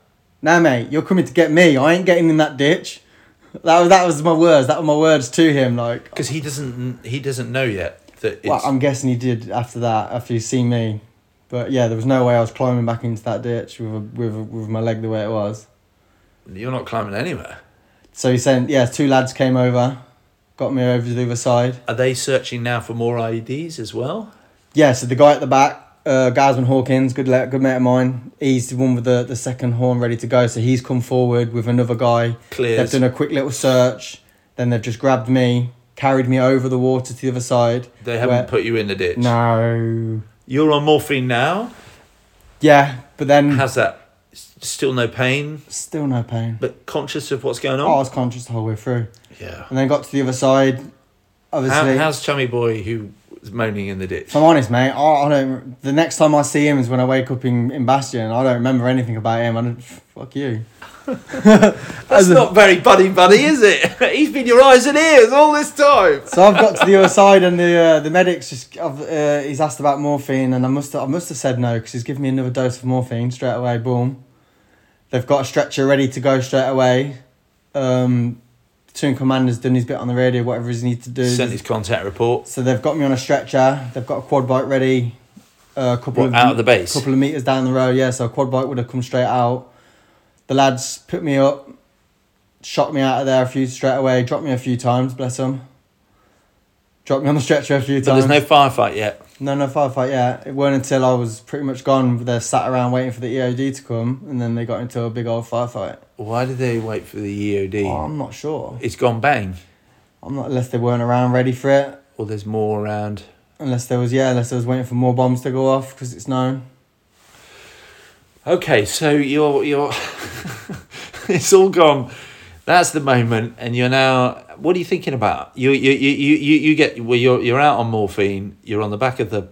Speaker 2: Nah, mate, you're coming to get me. I ain't getting in that ditch. That was that was my words. That were my words to him. Like,
Speaker 1: because he doesn't he doesn't know yet that it's
Speaker 2: well, I'm guessing he did after that. After he seen me, but yeah, there was no way I was climbing back into that ditch with a, with a, with my leg the way it was.
Speaker 1: you're not climbing anywhere.
Speaker 2: So he sent yeah, two lads came over, got me over to the other side.
Speaker 1: Are they searching now for more IEDs as well?
Speaker 2: Yeah, so the guy at the back, uh, Gasman Hawkins, good le- good mate of mine. He's the one with the, the second horn ready to go. So he's come forward with another guy.
Speaker 1: Clears.
Speaker 2: They've done a quick little search. Then they've just grabbed me, carried me over the water to the other side.
Speaker 1: They haven't
Speaker 2: where-
Speaker 1: put you in the ditch.
Speaker 2: No.
Speaker 1: You're on morphine now.
Speaker 2: Yeah, but then
Speaker 1: How's that? S- Still no pain,
Speaker 2: still no pain.
Speaker 1: but conscious of what's going
Speaker 2: Oh, I
Speaker 1: on.
Speaker 2: was conscious the whole way through,
Speaker 1: yeah.
Speaker 2: and then got to the other side.
Speaker 1: How,
Speaker 2: Obviously,
Speaker 1: how's chummy boy who was moaning in the ditch?
Speaker 2: if I'm honest, mate, I, I don't. The next time I see him is when I wake up in, in Bastion. I don't remember anything about him. I don't, fuck you.
Speaker 1: That's not very buddy buddy, is it? He's been your eyes and ears all this time.
Speaker 2: So I've got to the other side, and the uh, the medic's just I've, uh, he's asked about morphine, and I must have, I must have said no because he's given me another dose of morphine straight away. Boom. They've got a stretcher ready to go straight away. Um, platoon commander's done his bit on the radio, whatever he needs to do.
Speaker 1: Sent his contact report.
Speaker 2: So they've got me on a stretcher. They've got a quad bike ready. uh, A couple
Speaker 1: What,
Speaker 2: of
Speaker 1: out of the base?
Speaker 2: couple of meters down the road. Yeah, so a quad bike would have come straight out. The lads put me up, shot me out of there a few straight away. Dropped me a few times. Bless them. Dropped me on the stretcher a few
Speaker 1: But
Speaker 2: times.
Speaker 1: there's no firefight yet.
Speaker 2: no, no firefight. Yeah, it weren't until I was pretty much gone. They sat around waiting for the EOD to come, and then they got into a big old firefight.
Speaker 1: Why did they wait for the EOD?
Speaker 2: Oh, I'm not sure.
Speaker 1: It's gone bang.
Speaker 2: I'm not unless they weren't around ready for it.
Speaker 1: Or there's more around.
Speaker 2: Unless there was yeah, unless there was waiting for more bombs to go off because it's known.
Speaker 1: Okay, so you're you're it's all gone. That's the moment, and you're now. What are you thinking about? You you you you you, you get well. You're you're out on morphine. You're on the back of the.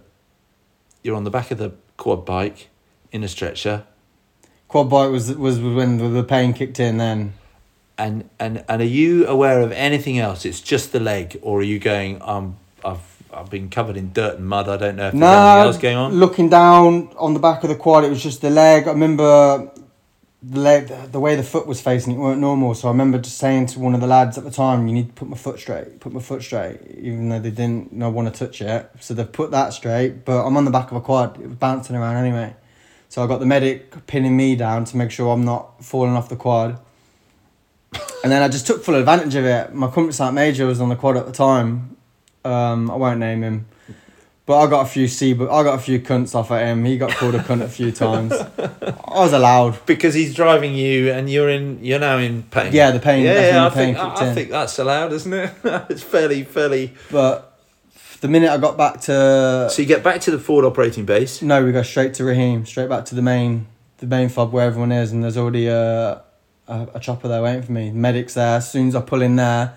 Speaker 1: You're on the back of the quad bike, in a stretcher,
Speaker 2: Quad bike was was when the- the pain kicked in. Then
Speaker 1: and and and are you aware of anything else? It's just the leg, or are you going? Um, I've I've been covered in dirt and mud. I don't know if there's anything uh, else going on.
Speaker 2: looking down on the back of the quad, it was just the leg. I remember the leg, the way the foot was facing it weren't normal. So I remember just saying to one of the lads at the time, "You need to put my foot straight. Put my foot straight," even though they didn't no want to touch it. So they've put that straight, but I'm on the back of a quad. It was bouncing around anyway. So I got the medic pinning me down to make sure I'm not falling off the quad. And then I just took full advantage of it. My company sergeant major was on the quad at the time. Um, I won't name him, but I got a few C, but I got a few cunts off at him. He got called a cunt a few times. I was allowed.
Speaker 1: because he's driving you and you're in you're now in pain
Speaker 2: Yeah, the pain-
Speaker 1: yeah,
Speaker 2: that's when
Speaker 1: yeah,
Speaker 2: the
Speaker 1: I,
Speaker 2: pain
Speaker 1: think, I,
Speaker 2: kicked
Speaker 1: I
Speaker 2: in.
Speaker 1: think that's allowed isn't it it's fairly fairly
Speaker 2: But the minute I got back to
Speaker 1: so you get back to the forward operating base
Speaker 2: no, we go straight to Raheem, straight back to the main, the main fob where everyone is, and there's already a, a, a chopper there waiting for me. Medics there. As soon as I pull in there,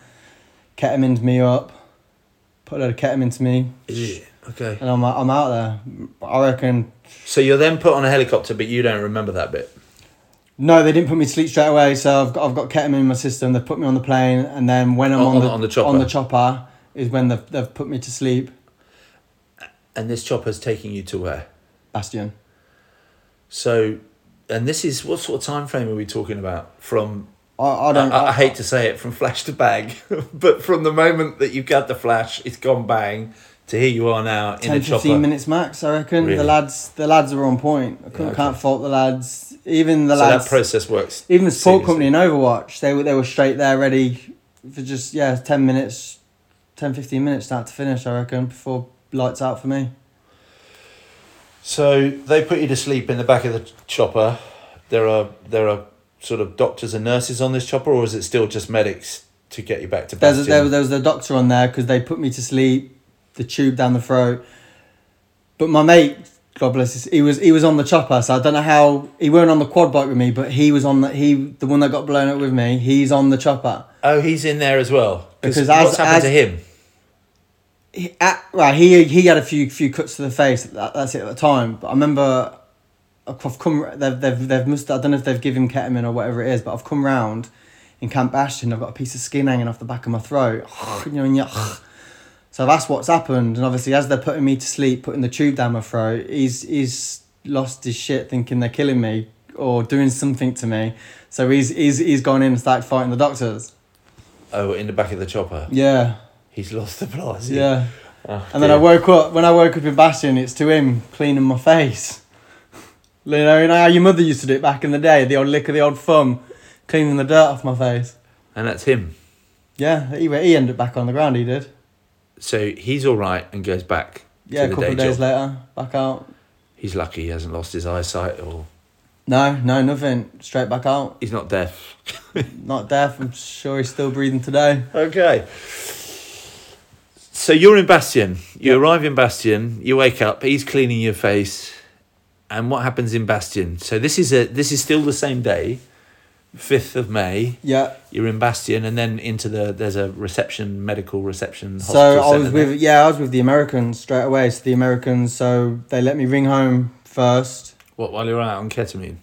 Speaker 2: ketamined me up, put a load of ketamine to me,
Speaker 1: okay
Speaker 2: and I'm I'm out there. I reckon
Speaker 1: so you're then put on a helicopter but you don't remember that bit
Speaker 2: No, they didn't put me to sleep straight away. So I've got, I've got ketamine in my system. They put me on the plane, and then when I'm
Speaker 1: On-
Speaker 2: on,
Speaker 1: on
Speaker 2: the,
Speaker 1: the- on the chopper.
Speaker 2: on the chopper is when they've, they've put me to sleep.
Speaker 1: and this chopper's taking you to where
Speaker 2: Bastion.
Speaker 1: so and this is what sort of time frame are we talking about from
Speaker 2: I, I don't.
Speaker 1: I, I hate to say it from flash to bang but from the moment that you got the flash it's gone bang to here you are now in
Speaker 2: 10,
Speaker 1: a
Speaker 2: 15
Speaker 1: chopper.
Speaker 2: minutes max. I reckon
Speaker 1: Really?
Speaker 2: the lads, the lads were on point. I couldn't,
Speaker 1: okay.
Speaker 2: can't fault the lads. Even the
Speaker 1: So
Speaker 2: lads,
Speaker 1: that process works.
Speaker 2: even the support company
Speaker 1: seamlessly.
Speaker 2: in Overwatch, they were they were straight there, ready for just yeah, ten minutes, 10, 15 minutes start to finish. I reckon before lights out for me.
Speaker 1: So they put you to sleep in the back of the chopper. There are there are sort of doctors and nurses on this chopper, or is it still just medics to get you back to
Speaker 2: There's a,
Speaker 1: Bastion?
Speaker 2: there, was- there was a doctor on there because they put me to sleep, the tube down the throat. But my mate, God bless his, he was he was on the chopper, so I don't know how he weren't on the quad bike with me, but he was on the he the one that got blown up with me. He's on the chopper.
Speaker 1: oh, he's in there as well. Because
Speaker 2: Because as-
Speaker 1: what's happened
Speaker 2: as-
Speaker 1: to him?
Speaker 2: he, at, right, he he had a few few cuts to the face. That, that's it at the time. But I remember I've I've come. They've they've they've must. I don't know if they've given him ketamine or whatever it is. But I've come round in Camp Ashton. I've got a piece of skin hanging off the back of my throat. you know, and you. So that's what's happened, and obviously, as they're putting me to sleep, putting the tube down my throat, he's he's lost his shit, thinking they're killing me or doing something to me. So he's he's he's gone in and started fighting the doctors.
Speaker 1: Oh, in the back of the chopper.
Speaker 2: Yeah,
Speaker 1: He's lost the plot. has he?
Speaker 2: yeah.
Speaker 1: Oh,
Speaker 2: And then I
Speaker 1: dear.
Speaker 2: woke up. When I woke up in Bastion, it's to him cleaning my face. you know, you know how your mother used to do it back in the day. The old lick of the old thumb, cleaning the dirt off my face.
Speaker 1: and that's him.
Speaker 2: Yeah, he he ended up back on the ground. He did.
Speaker 1: So he's all right and goes back.
Speaker 2: Yeah,
Speaker 1: to
Speaker 2: a
Speaker 1: the
Speaker 2: couple
Speaker 1: day
Speaker 2: of days
Speaker 1: job.
Speaker 2: later, back out.
Speaker 1: He's lucky he hasn't lost his eyesight or
Speaker 2: No, no, nothing. Straight back out.
Speaker 1: he's not deaf.
Speaker 2: Not deaf. I'm sure he's still breathing today.
Speaker 1: Okay. So you're in Bastion. You arrive in Bastion. You wake up. He's cleaning your face, and what happens in Bastion? So this is a this is still the same day, fifth of May.
Speaker 2: Yeah.
Speaker 1: You're in Bastion, and then into the there's a reception, medical reception.
Speaker 2: So I was
Speaker 1: centre there.
Speaker 2: with yeah, I was with the Americans straight away. So the Americans, so they let me ring home first.
Speaker 1: what while you're out on ketamine.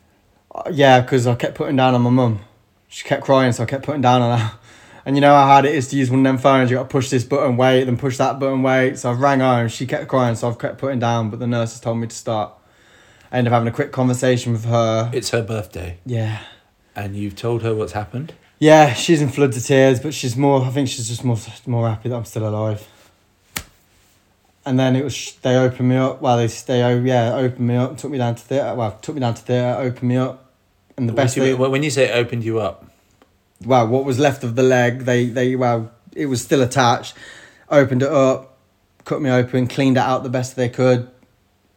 Speaker 2: Uh, Yeah, because I kept putting down on my mum. She kept crying, so I kept putting down on her. And you know how hard it is to use one of them phones. You got to push this button, wait, then push that button, wait. So I rang her, and she kept crying, so I've kept putting down. But the nurses told me to stop. I ended up having a quick conversation with her.
Speaker 1: It's her birthday,
Speaker 2: Yeah,
Speaker 1: and you've told her what's happened.
Speaker 2: yeah, she's in floods of tears, but she's more. I think she's just more more happy that I'm still alive. And then it was they opened me up. Well, they they oh yeah opened me up, took me down to theatre. Well, took me down to theatre, opened me up, and the
Speaker 1: What
Speaker 2: best
Speaker 1: do you
Speaker 2: thing.
Speaker 1: mean- when you say it opened you up,
Speaker 2: well, what was left of the leg, they they well, it was still attached. Opened it up, cut me open, cleaned it out the best they could,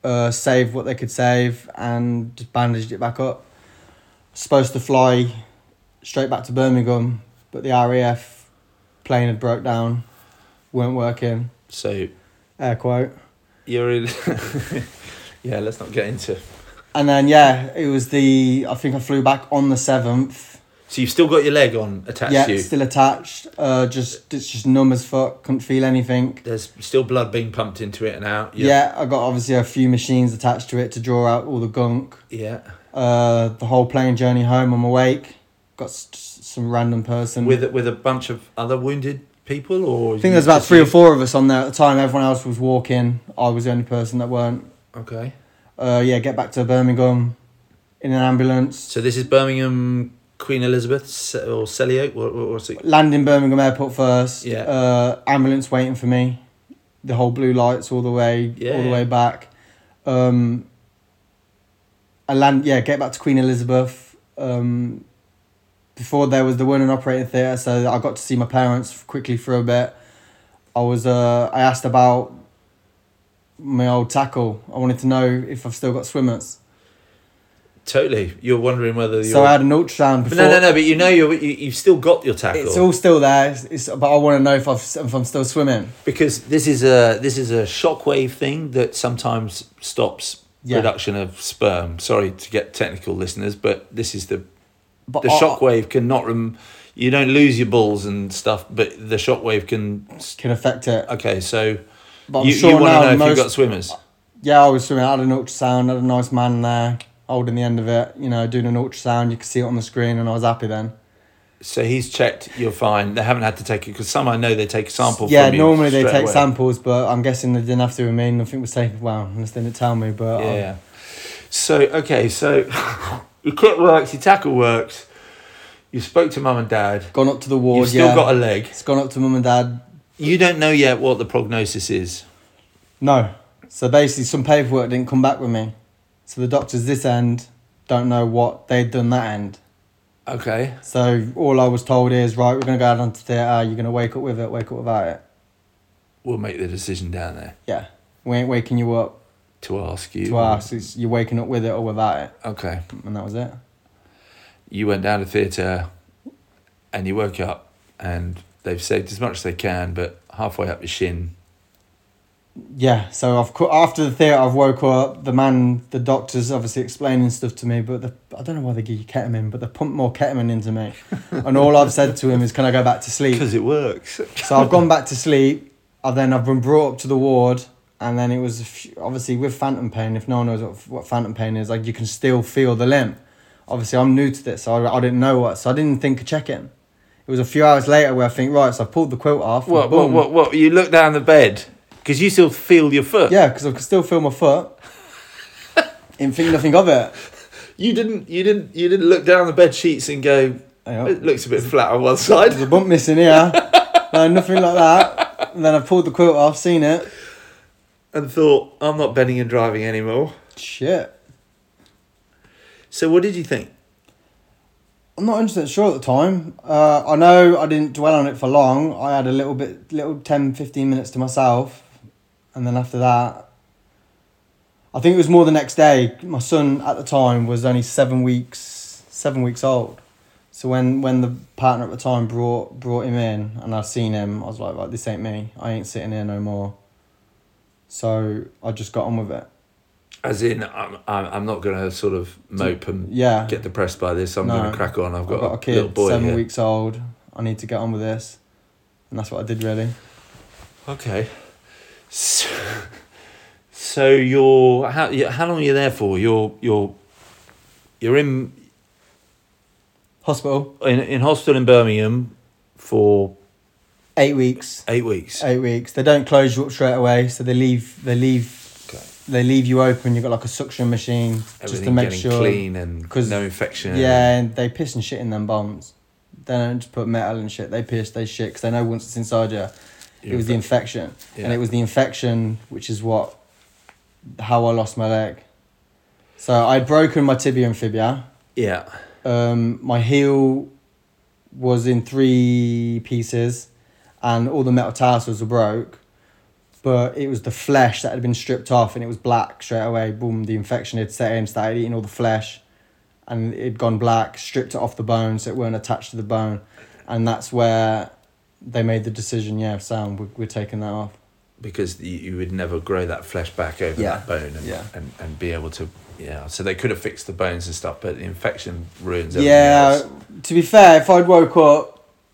Speaker 2: uh, saved what they could save, and just bandaged it back up. Supposed to fly straight back to Birmingham, but the RAF plane had broke down, weren't working.
Speaker 1: so
Speaker 2: Air quote.
Speaker 1: you're in. yeah, let's not get into.
Speaker 2: And then yeah, it was the I think I flew back on the seventh.
Speaker 1: So you've still got your leg on attached
Speaker 2: Yeah,
Speaker 1: to you.
Speaker 2: still attached. Uh, just it's just numb as fuck. Couldn't feel anything.
Speaker 1: There's still blood being pumped into it and out.
Speaker 2: Yeah, I got obviously a few machines attached to it to draw out all the gunk.
Speaker 1: Yeah.
Speaker 2: Uh, the whole plane journey home, I'm awake. Got s- s- some random person.
Speaker 1: With with a bunch of other wounded people, or
Speaker 2: I think there's about three or four of us on there at the time. Everyone else was walking. I was the only person that weren't.
Speaker 1: Okay.
Speaker 2: Uh, yeah, get back to Birmingham in an ambulance.
Speaker 1: So this is Birmingham Queen Elizabeth Se- or Selly Oak. What, what, what's it?
Speaker 2: Land in Birmingham Airport first.
Speaker 1: Yeah.
Speaker 2: Uh, ambulance waiting for me. The whole blue lights all the way,
Speaker 1: Yeah,
Speaker 2: all the
Speaker 1: yeah.
Speaker 2: way back. Um, I land. Yeah, get back to Queen Elizabeth. Um, before there was the Women Operating Theatre, so I got to see my parents quickly for a bit. I was. Uh, I asked about my old tackle. I wanted to know if I've still got swimmers.
Speaker 1: Totally. You're wondering whether you're.
Speaker 2: So I had an ultrasound
Speaker 1: But
Speaker 2: before.
Speaker 1: no, no, no. But you know you're, you you've still got your tackle.
Speaker 2: It's all still there. It's, it's but I want to know if I've if I'm still swimming.
Speaker 1: because this is a this is a shockwave thing that sometimes stops
Speaker 2: Yeah.
Speaker 1: production of sperm. Sorry to get technical, listeners, but this is the
Speaker 2: But
Speaker 1: the
Speaker 2: I-
Speaker 1: shockwave cannot rem- you don't lose your balls and stuff but the shockwave can
Speaker 2: can affect it.
Speaker 1: okay so
Speaker 2: But I'm
Speaker 1: you,
Speaker 2: sure
Speaker 1: you want
Speaker 2: now
Speaker 1: to know if
Speaker 2: most.
Speaker 1: you've got swimmers
Speaker 2: yeah, I was swimming. I had an ultrasound. I had a nice man there holding the end of it. You know, doing an ultrasound. You could see it on the screen, and I was happy then.
Speaker 1: so he's checked you're fine they haven't had to take it because some i know they take a sample
Speaker 2: yeah,
Speaker 1: from you
Speaker 2: normally they
Speaker 1: straight
Speaker 2: take
Speaker 1: away.
Speaker 2: samples, but I'm guessing they didn't have to. I mean, nothing was taken. Well, unless they didn't tell me. But
Speaker 1: yeah,
Speaker 2: um,
Speaker 1: yeah. so okay so your kit works your tackle works you spoke to mum and dad
Speaker 2: gone up to the ward.
Speaker 1: you've still
Speaker 2: yeah,
Speaker 1: got a leg
Speaker 2: it's gone up to mum and dad.
Speaker 1: you don't know yet what the prognosis is
Speaker 2: No. So basically, some paperwork didn't come back with me. So the doctors this end don't know what they'd done that end.
Speaker 1: Okay.
Speaker 2: So all I was told is, right, we're going to go out onto theatre. You're going to wake up with it, wake up without it.
Speaker 1: We'll make the decision down there
Speaker 2: Yeah. We ain't waking you up
Speaker 1: to ask you.
Speaker 2: to ask. It's, you're waking up with it or without it.
Speaker 1: Okay.
Speaker 2: And that was it.
Speaker 1: You went down to theatre and you woke up and they've saved as much as they can, but halfway up your shin.
Speaker 2: Yeah. So I've cu- after the theatre, I've woke up. The man, the doctors, obviously explaining stuff to me, but the, I don't know why they give you ketamine, but they pump more ketamine into me. and all I've said to him is, "Can I go back to sleep?"
Speaker 3: Because it works.
Speaker 2: So I've gone back to sleep. And then I've been brought up to the ward, and then it was a few, obviously with phantom pain. If no one knows what, what phantom pain is, like you can still feel the limp. Obviously, I'm new to this, so I, I didn't know what, so I didn't think of checking. It was a few hours later where I think, right, so I pulled the quilt off. and
Speaker 1: What, what,
Speaker 2: boom.
Speaker 1: what, what? You look down the bed because you still feel your foot.
Speaker 2: Yeah, because I could still feel my foot. and think nothing of it.
Speaker 1: You didn't, you didn't, you didn't look down the bed sheets and go,
Speaker 2: Hang on.
Speaker 1: it looks a bit flat on one side.
Speaker 2: There's oh, a bump missing here. no, nothing like that. And then I pulled the quilt off, seen it.
Speaker 1: and thought, I'm not betting and driving anymore.
Speaker 2: Shit.
Speaker 1: So what did you think?
Speaker 2: I'm not 100% sure at the time. Uh, I know I didn't dwell on it for long. I had a little bit, little 10, 15 minutes to myself. And then after that, I think it was more the next day. My son at the time was only seven weeks, seven weeks old. So when, when the partner at the time brought brought him in and I'd seen him, I was like, right, this ain't me. I ain't sitting here no more. So I just got on with it.
Speaker 1: As in, I'm I'm, I'm not going to sort of mope and
Speaker 2: Yeah.
Speaker 1: get depressed by this. I'm
Speaker 2: No.
Speaker 1: going to crack on. I've
Speaker 2: I've
Speaker 1: got,
Speaker 2: got a
Speaker 1: a little
Speaker 2: kid,
Speaker 1: boy
Speaker 2: seven
Speaker 1: here.
Speaker 2: weeks old. I need to get on with this. And that's what I did really.
Speaker 1: Okay. So, so you're how you- how long are you there for? You're you're you're in
Speaker 2: Hospital.
Speaker 1: in, in hospital in Birmingham for
Speaker 2: Eight weeks.
Speaker 1: eight weeks.
Speaker 2: Eight weeks. They don't close you up straight away, so they leave. They leave.
Speaker 1: Okay.
Speaker 2: They leave you open. You've got like a suction machine just to
Speaker 1: Everything
Speaker 2: make
Speaker 1: getting
Speaker 2: sure.
Speaker 1: clean and
Speaker 2: 'cause-
Speaker 1: no infection.
Speaker 2: Yeah, and they piss and shit in them bombs. They don't just put metal and shit. They piss. They shit because they know once it's inside you, it
Speaker 1: You're
Speaker 2: was the infection, and
Speaker 1: Yeah.
Speaker 2: it was the infection which is what how I lost my leg. So I'd broken my tibia and fibia.
Speaker 1: Yeah.
Speaker 2: Um, my heel was in three pieces, and all the metatarsals were broke. But it was the flesh that had been stripped off, and it was black straight away. Boom! The infection had set in, started eating all the flesh, and it'd gone black, stripped it off the bone, so it weren't attached to the bone, and that's where they made the decision. Yeah, Sam, we're, we're taking that off.
Speaker 1: because you, you would never grow that flesh back over
Speaker 2: Yeah.
Speaker 1: that bone and,
Speaker 2: Yeah.
Speaker 1: and and be able to yeah so they could have fixed the bones and stuff but the infection ruins everything
Speaker 2: Yeah,
Speaker 1: else.
Speaker 2: to be fair, if I'd woke up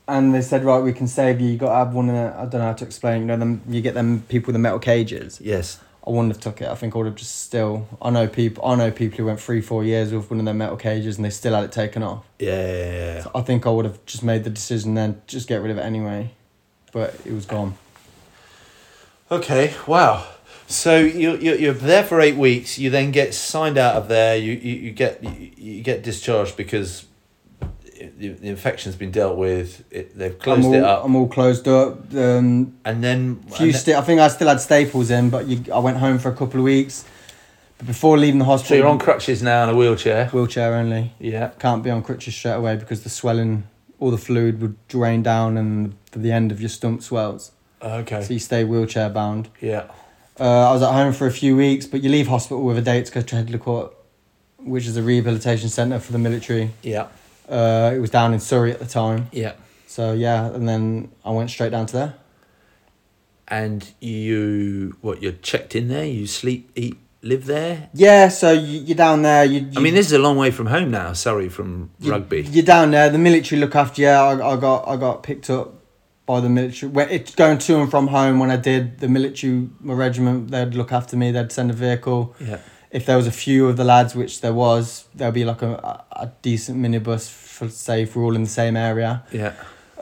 Speaker 2: and they said, right, we can save you, you got to have one of the, I don't know how to explain, you know, them, you get them people with the metal cages.
Speaker 1: yes
Speaker 2: I wouldn't have took it. I think I would have just still, I know people, I know people who went three, four years with one of their metal cages and they still had it taken off.
Speaker 1: yeah yeah, yeah, yeah.
Speaker 2: So I think I would have just made the decision then, just get rid of it anyway. But it was gone.
Speaker 1: okay wow so you you you're there for 8 weeks you then get signed out of there you you, you get you, you get discharged because it- the the infection's been dealt with it, they've closed
Speaker 2: I'm all,
Speaker 1: it up
Speaker 2: I'm all closed up. Um,
Speaker 1: and then
Speaker 2: few
Speaker 1: and then-
Speaker 2: sta- I think I still had staples in, but you, I went home for a couple of weeks. But before leaving the
Speaker 1: so
Speaker 2: hospital,
Speaker 1: you're on crutches now in a wheelchair
Speaker 2: wheelchair only.
Speaker 1: yeah
Speaker 2: can't be on crutches straight away because the swelling, all the fluid would drain down and the, the end of your stump swells.
Speaker 1: okay
Speaker 2: So you stay wheelchair bound.
Speaker 1: yeah
Speaker 2: Uh, I was at home for a few weeks, but you leave hospital with a date to go to Hedley Court, which is a rehabilitation centre for the military.
Speaker 1: yeah
Speaker 2: Uh, it was down in Surrey at the time.
Speaker 1: yeah
Speaker 2: So yeah, and then I went straight down to there.
Speaker 1: and you what you're checked in there you sleep eat live there
Speaker 2: Yeah, so you, you're down there. You, you
Speaker 1: i mean this is a long way from home now sorry from
Speaker 2: you-
Speaker 1: rugby
Speaker 2: You're down there. The military look after you. I, I got I got picked up by the military. When it's going to and from home, when I did the military, my regiment, they'd look after me. They'd send a vehicle.
Speaker 1: yeah
Speaker 2: If there was a few of the lads, which there was, there'd be like a, a decent minibus for say if we're all in the same area.
Speaker 1: yeah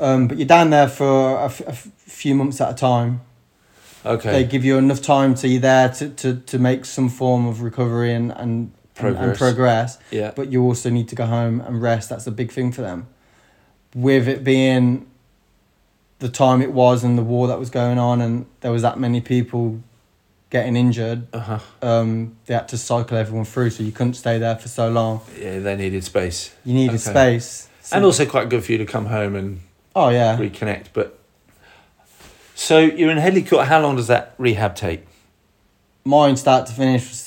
Speaker 2: Um, but you're down there for a, f- a f- few months at a time.
Speaker 1: okay
Speaker 2: They give you enough time to you're there to, to, to make some form of recovery and and progress. and
Speaker 1: Progress.
Speaker 2: progress
Speaker 1: yeah
Speaker 2: but you also need to go home and rest. That's a big thing for them. With it being the time it was and the war that was going on, and there was that many people getting injured,
Speaker 1: Uh-huh.
Speaker 2: um, they had to cycle everyone through, so you couldn't stay there for so long.
Speaker 1: Yeah, they needed space.
Speaker 2: You needed
Speaker 1: Okay.
Speaker 2: space. So-
Speaker 1: And also quite good for you to come home and
Speaker 2: oh yeah,
Speaker 1: reconnect. But so you're in Headley Court. How long does that rehab take?
Speaker 2: mine start to finish was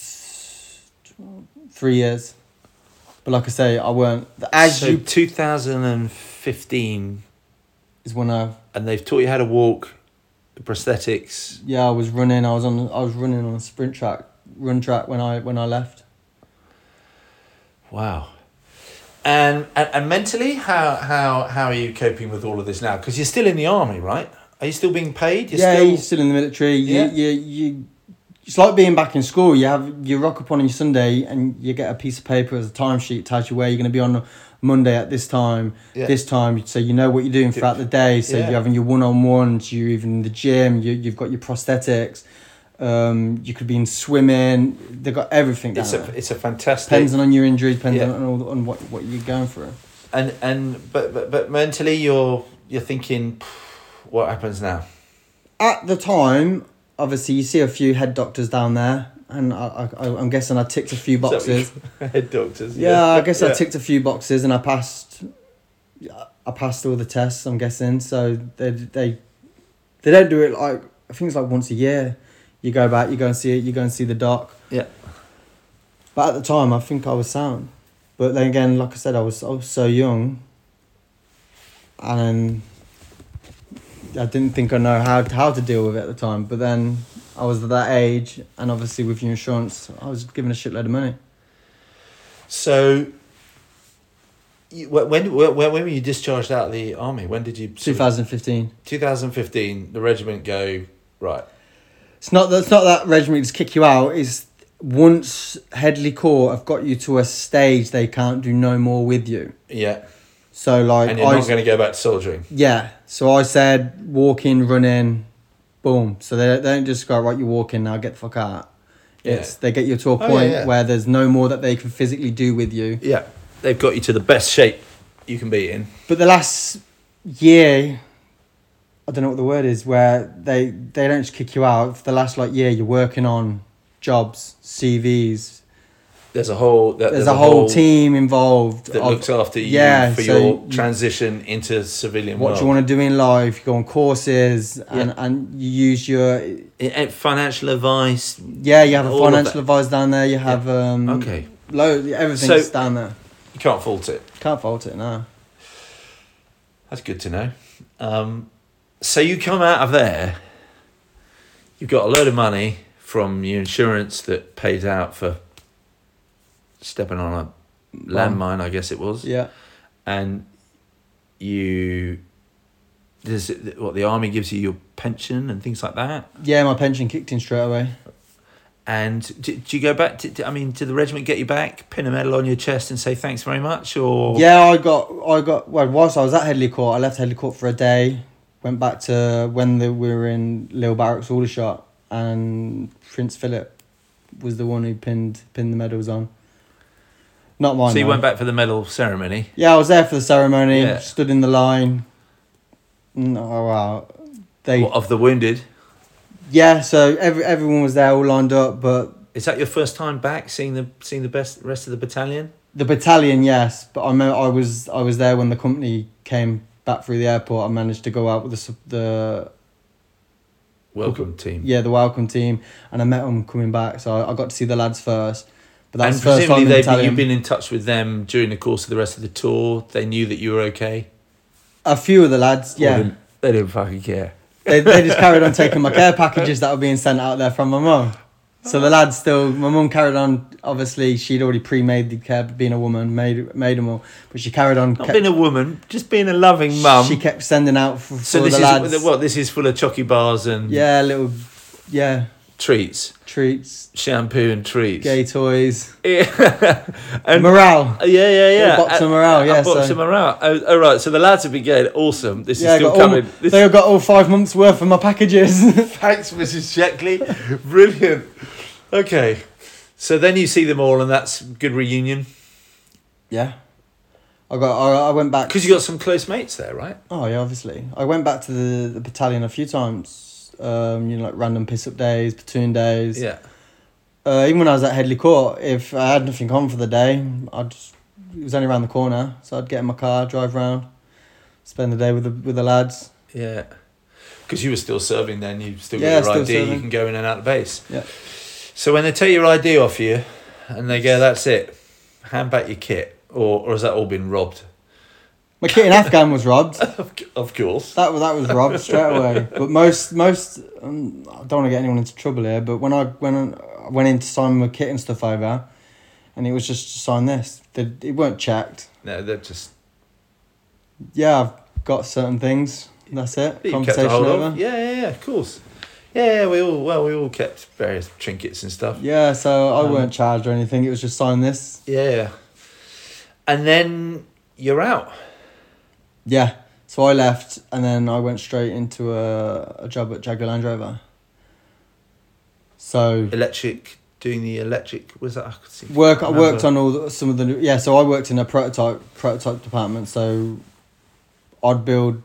Speaker 2: three years, but like I say, I weren't. As
Speaker 1: so
Speaker 2: you
Speaker 1: 2015,
Speaker 2: is when I
Speaker 1: and they've taught you how to walk, the prosthetics.
Speaker 2: yeah I was running. I was on I was running on a sprint track run track when I when I left.
Speaker 1: Wow. And, and and mentally, how how how are you coping with all of this now? Because you're still in the army, right? Are you still being paid? You're
Speaker 2: yeah,
Speaker 1: still...
Speaker 2: you're still in the military. You,
Speaker 1: Yeah.
Speaker 2: you, you, it's like being back in school. You have you rock up on your Sunday and you get a piece of paper as a timesheet tells you where you're going to be on Monday at this time,
Speaker 1: Yeah.
Speaker 2: this time. So you know what you're doing throughout the day. So
Speaker 1: Yeah.
Speaker 2: you're having your one on ones. You're even in the gym. You you've got your prosthetics. Um, you could be in swimming. They've got everything. Down
Speaker 1: It's
Speaker 2: there.
Speaker 1: a it's a fantastic.
Speaker 2: Depends on your injury. Depends
Speaker 1: Yeah.
Speaker 2: on all on what what you're going through.
Speaker 1: and and but, but but mentally, you're you're thinking, what happens now?
Speaker 2: at the time, obviously, you see a few head doctors down there, and I, I, I'm guessing I ticked a few boxes.
Speaker 1: Head doctors.
Speaker 2: yeah, I guess I ticked a few boxes, and I passed. I passed all the tests. I'm guessing so. They they they don't do it like I think it's like once a year. You go back, you go and see it, you go and see the doc.
Speaker 1: Yeah.
Speaker 2: But at the time, I think I was sound. But then again, like I said, I was I was so young, and I didn't think I know how how to deal with it at the time. But then I was at that age, and obviously with your insurance, I was given a shitload of money.
Speaker 1: So. You, wh- when, when when were you discharged out of the army? When did you?
Speaker 2: Two thousand fifteen.
Speaker 1: 2015, The regiment go right.
Speaker 2: It's not that it's not that regiment just kick you out. It's once Headley Court have got you to a stage, they can't do no more with you.
Speaker 1: Yeah,
Speaker 2: So like
Speaker 1: and you're
Speaker 2: I
Speaker 1: not going to go back to soldiering.
Speaker 2: Yeah. So I said, walk in, run in, boom. So they, they don't just go, right, you walk in now, get the fuck out.
Speaker 1: Yeah.
Speaker 2: It's, They get you to a
Speaker 1: Oh, yeah,
Speaker 2: point
Speaker 1: yeah.
Speaker 2: where there's no more that they can physically do with you.
Speaker 1: Yeah, they've got you to the best shape you can be in.
Speaker 2: But the last year, I don't know what the word is, where they, they don't just kick you out. For the last like year, you're working on jobs, CVs.
Speaker 1: There's a whole there-
Speaker 2: There's, a whole, team involved.
Speaker 1: that
Speaker 2: of
Speaker 1: looks after you
Speaker 2: yeah,
Speaker 1: for
Speaker 2: so
Speaker 1: your
Speaker 2: you-
Speaker 1: transition into civilian
Speaker 2: What
Speaker 1: world.
Speaker 2: do you want to do in life? You go on courses and, and you use your
Speaker 1: I- I- financial advice.
Speaker 2: Yeah, you have a
Speaker 1: All of
Speaker 2: financial
Speaker 1: that.
Speaker 2: advisor down there. You have um,
Speaker 1: Okay.
Speaker 2: load everything's down there.
Speaker 1: You can't fault it.
Speaker 2: Can't fault it now.
Speaker 1: That's good to know. Um, so you come out of there. You've got a load of money from your insurance that pays out for stepping on a landmine, I guess it was.
Speaker 2: Yeah,
Speaker 1: and you does it, what the army gives you your pension and things like that
Speaker 2: yeah. My pension kicked in straight away.
Speaker 1: and do, do you go back to, to- i mean did the regiment get you back pin a medal on your chest and say thanks very much or
Speaker 2: Yeah, I got, I got. Well, whilst I was at Headley Court, I left Headley Court for a day. Went back to when the, we were in Little Barracks Aldershot, and Prince Philip was the one who pinned pinned the medals on. Not mine.
Speaker 1: so you
Speaker 2: no.
Speaker 1: went back for the medal ceremony
Speaker 2: Yeah, I was there for the ceremony.
Speaker 1: Yeah.
Speaker 2: Stood in the line. No, oh wow. They
Speaker 1: What, of the wounded
Speaker 2: Yeah, so every everyone was there all lined up, but
Speaker 1: is that your first time back seeing the seeing the best rest of the battalion
Speaker 2: the battalion, yes. But I remember I was I was there when the company came back through the airport. I managed to go out with the sup- the
Speaker 1: welcome team
Speaker 2: yeah the welcome team, and I met them coming back. So I, I got to see the lads first. But that was
Speaker 1: and
Speaker 2: the first time
Speaker 1: presumably
Speaker 2: in the
Speaker 1: they've been,
Speaker 2: battalion.
Speaker 1: you've been in touch with them during the course of the rest of the tour they knew that you were okay
Speaker 2: a few of the lads,
Speaker 1: Or
Speaker 2: yeah.
Speaker 1: didn't- they didn't fucking care
Speaker 2: they, they just carried on taking my care packages that were being sent out there from my mum. So the lads still, my mum carried on. Obviously, she'd already pre-made the care, being a woman, made made them all. But she carried on.
Speaker 1: not
Speaker 2: kept-
Speaker 1: being a woman just being a loving mum
Speaker 2: She kept sending out for,
Speaker 1: So
Speaker 2: for
Speaker 1: this
Speaker 2: the
Speaker 1: is
Speaker 2: lads.
Speaker 1: what this is full of chocky bars and
Speaker 2: Yeah, little, yeah,
Speaker 1: treats,
Speaker 2: treats,
Speaker 1: shampoo and treats.
Speaker 2: gay toys,
Speaker 1: Yeah. and
Speaker 2: morale.
Speaker 1: yeah, yeah, yeah.
Speaker 2: Little box of
Speaker 1: And-
Speaker 2: morale,
Speaker 1: and
Speaker 2: yeah,
Speaker 1: Box
Speaker 2: so-
Speaker 1: of morale. Oh, all right. So the lads have been getting awesome. This
Speaker 2: Yeah, I
Speaker 1: is still
Speaker 2: got all,
Speaker 1: coming. This
Speaker 2: they got all five months worth of my packages.
Speaker 1: Thanks, Mrs. Sheckley. Brilliant. Okay. So then you see them all, and that's a good reunion
Speaker 2: yeah, I got. I, I went back.
Speaker 1: because you got some close mates there, right?
Speaker 2: Oh yeah, obviously. I went back to the, the battalion a few times um, you know, like random piss up days, platoon days.
Speaker 1: Yeah.
Speaker 2: Uh, even when I was at Headley Court, if I had nothing on for the day, I'd just, it was only around the corner, so I'd get in my car, drive round, spend the day with the with the lads.
Speaker 1: Yeah. Because you were still serving then, you still
Speaker 2: Yeah,
Speaker 1: got your
Speaker 2: still
Speaker 1: ID, you
Speaker 2: serving.
Speaker 1: can go in and out of base.
Speaker 2: Yeah.
Speaker 1: So when they take your ID off you and they go, that's it, hand back your kit, or, or has that all been robbed?
Speaker 2: My kit in Afghan was robbed.
Speaker 1: Of, c- of course.
Speaker 2: That was that was robbed straight away. But most most um, I don't want to get anyone into trouble here. But when I when I went in to sign my kit and stuff over, and it was just sign this. They, it weren't checked.
Speaker 1: No, they're just.
Speaker 2: Yeah, I've got certain things. That's it.
Speaker 1: that You kept a
Speaker 2: Conversation
Speaker 1: hold
Speaker 2: over.
Speaker 1: of. Yeah, yeah, yeah, of course. Yeah, we all, well, we all kept various trinkets and stuff.
Speaker 2: Yeah, so I
Speaker 1: Um,
Speaker 2: weren't charged or anything. It was just sign this.
Speaker 1: Yeah. And then you're out.
Speaker 2: Yeah. So I left, and then I went straight into a a job at Jaguar Land Rover. So
Speaker 1: Electric, doing the electric, was that? I could see.
Speaker 2: Work. I
Speaker 1: remember.
Speaker 2: worked on all the, some of the new- yeah. So I worked in a prototype prototype department. So I'd build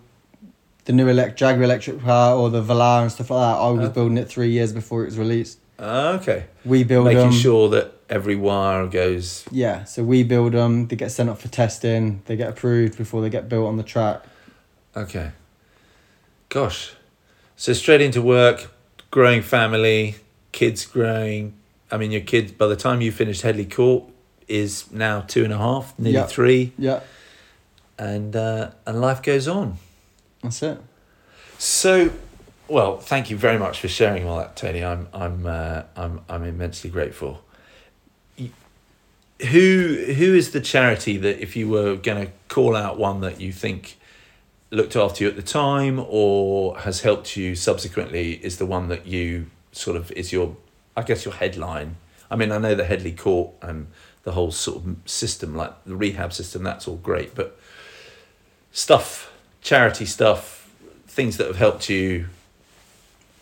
Speaker 2: the new elect Jaguar electric car or the Velar and stuff like that. I was
Speaker 1: Oh.
Speaker 2: building it three years before it was released.
Speaker 1: Ah, okay.
Speaker 2: We build um,
Speaker 1: Making
Speaker 2: them.
Speaker 1: sure that every wire goes.
Speaker 2: Yeah. So we build them. They get sent up for testing. They get approved before they get built on the track.
Speaker 1: Okay. Gosh. So straight into work, growing family, kids growing. I mean, your kids, by the time you finished Headley Court, is now two and a half, nearly
Speaker 2: Yeah.
Speaker 1: three,
Speaker 2: Yeah.
Speaker 1: and uh, and life goes on.
Speaker 2: That's it.
Speaker 1: So, well, thank you very much for sharing all that, Tony. I'm I'm uh, I'm I'm immensely grateful. Y- Who who is the charity that if you were going to call out one that you think looked after you at the time or has helped you subsequently is the one that you sort of is your I guess your headline. I mean, I know the Headley Court and the whole sort of system, like the rehab system, that's all great, but stuff, charity stuff, things that have helped you.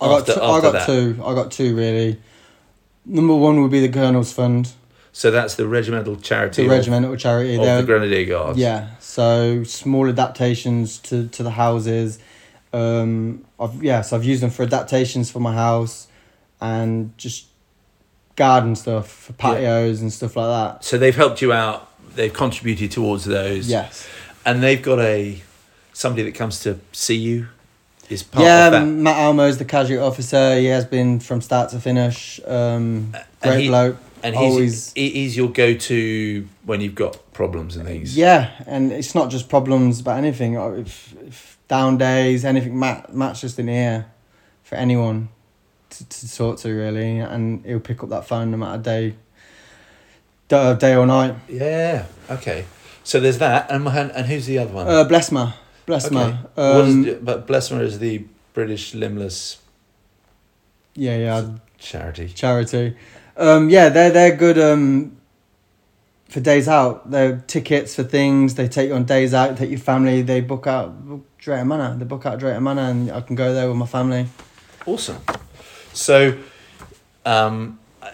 Speaker 2: I got
Speaker 1: After-
Speaker 2: two,
Speaker 1: after
Speaker 2: I got
Speaker 1: that.
Speaker 2: two. I got two really. Number one would be the Colonel's Fund,
Speaker 1: So that's the regimental charity
Speaker 2: the
Speaker 1: of-
Speaker 2: regimental charity.
Speaker 1: of,
Speaker 2: They're-
Speaker 1: the Grenadier Guards.
Speaker 2: Yeah, so small adaptations to, to the houses. Um, I've yeah, so I've used them for adaptations for my house, and just garden stuff for patios and stuff like that.
Speaker 1: So they've helped you out. They've contributed towards those.
Speaker 2: Yes.
Speaker 1: And they've got a somebody that comes to see you is part
Speaker 2: yeah, um,
Speaker 1: of that.
Speaker 2: Matt Almo's the casual officer. He has been from start to finish. Um, great
Speaker 1: Uh, he-
Speaker 2: bloke.
Speaker 1: and he's,
Speaker 2: always.
Speaker 1: he- he's your go-to when you've got problems and things.
Speaker 2: Yeah, and it's not just problems, but anything. Uh, If, if down days, anything, Matt, Matt's just in here for anyone to, to talk to, really, and he'll pick up that phone no matter day, da- day or night.
Speaker 1: Yeah. Okay. So there's that, and and, and who's the other one?
Speaker 2: Uh, bless ma, bless
Speaker 1: Oh. okay.
Speaker 2: ma.
Speaker 1: What is
Speaker 2: Um,
Speaker 1: the- but Blessmer is the British Limbless
Speaker 2: yeah, yeah,
Speaker 1: charity.
Speaker 2: charity. Um, yeah, they're they're good. Um, for days out, they're tickets for things. They take you on days out. Take your family. They book out book Drayton Manor. They book out Drayton Manor, and I can go there with my family.
Speaker 1: Awesome. So, um, I-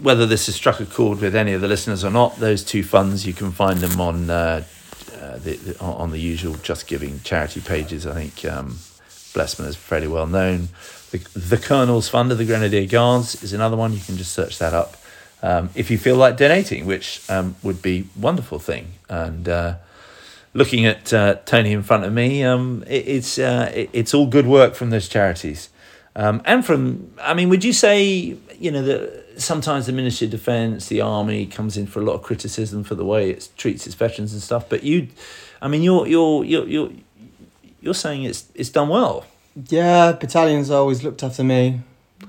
Speaker 1: whether this has struck a chord with any of the listeners or not, those two funds you can find them on uh, uh, the, the, on on the usual Just Giving charity pages. I think um, Blessman is fairly well known. The, the Colonel's Fund of the Grenadier Guards is another one. You can just search that up um, if you feel like donating, which um, would be wonderful thing. And uh, looking at uh, Tony in front of me, um, it, it's uh, it, it's all good work from those charities, um, and from I mean, would you say you know that sometimes the Ministry of Defence, the Army comes in for a lot of criticism for the way it treats its veterans and stuff, but you, I mean, you're you're you're you're you're saying it's it's done well,
Speaker 2: Yeah, battalions always looked after me.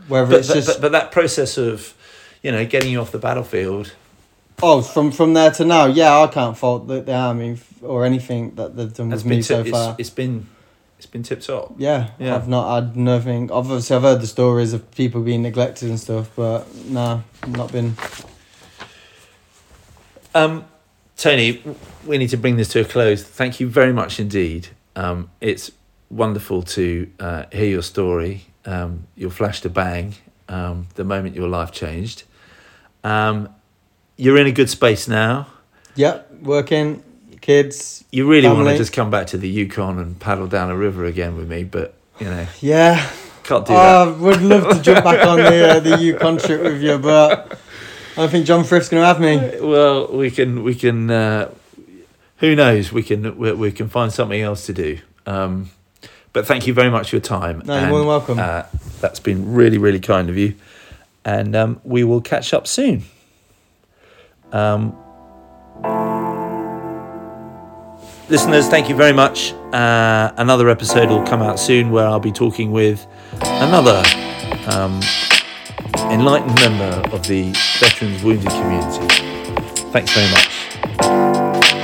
Speaker 2: Whether
Speaker 1: but
Speaker 2: it's
Speaker 1: but,
Speaker 2: just
Speaker 1: but but that process of you know getting you off the battlefield,
Speaker 2: oh, from from there to now, yeah, I can't fault the, the army f- or anything that they've done
Speaker 1: has
Speaker 2: with
Speaker 1: been
Speaker 2: me
Speaker 1: tip,
Speaker 2: so
Speaker 1: it's,
Speaker 2: far.
Speaker 1: it's been it's been tip top.
Speaker 2: yeah,
Speaker 1: Yeah.
Speaker 2: I've not had nothing. Obviously, I've heard the stories of people being neglected and stuff, but nah, not been.
Speaker 1: Um, Tony, we need to bring this to a close. Thank you very much indeed. Um, it's wonderful to uh, hear your story, um, your flash to bang, um, the moment your life changed. Um, you're in a good space now.
Speaker 2: Yep, working, kids.
Speaker 1: You really want to
Speaker 2: Family.
Speaker 1: just come back to the Yukon and paddle down a river again with me, but you know,
Speaker 2: Yeah, Oh,
Speaker 1: Can't do
Speaker 2: I would love to jump back on the uh, the Yukon trip with you, but I don't think John Frith's gonna have me.
Speaker 1: that. Well, we can we can. Uh, who knows? We can we, we can find something else to do. Um, but thank you very much for your time.
Speaker 2: No, you're more than welcome.
Speaker 1: Uh, that's been really really kind of you, and um, we will catch up soon. Um, listeners, thank you very much. Uh, another episode will come out soon where I'll be talking with another um, enlightened member of the veterans wounded community. Thanks very much.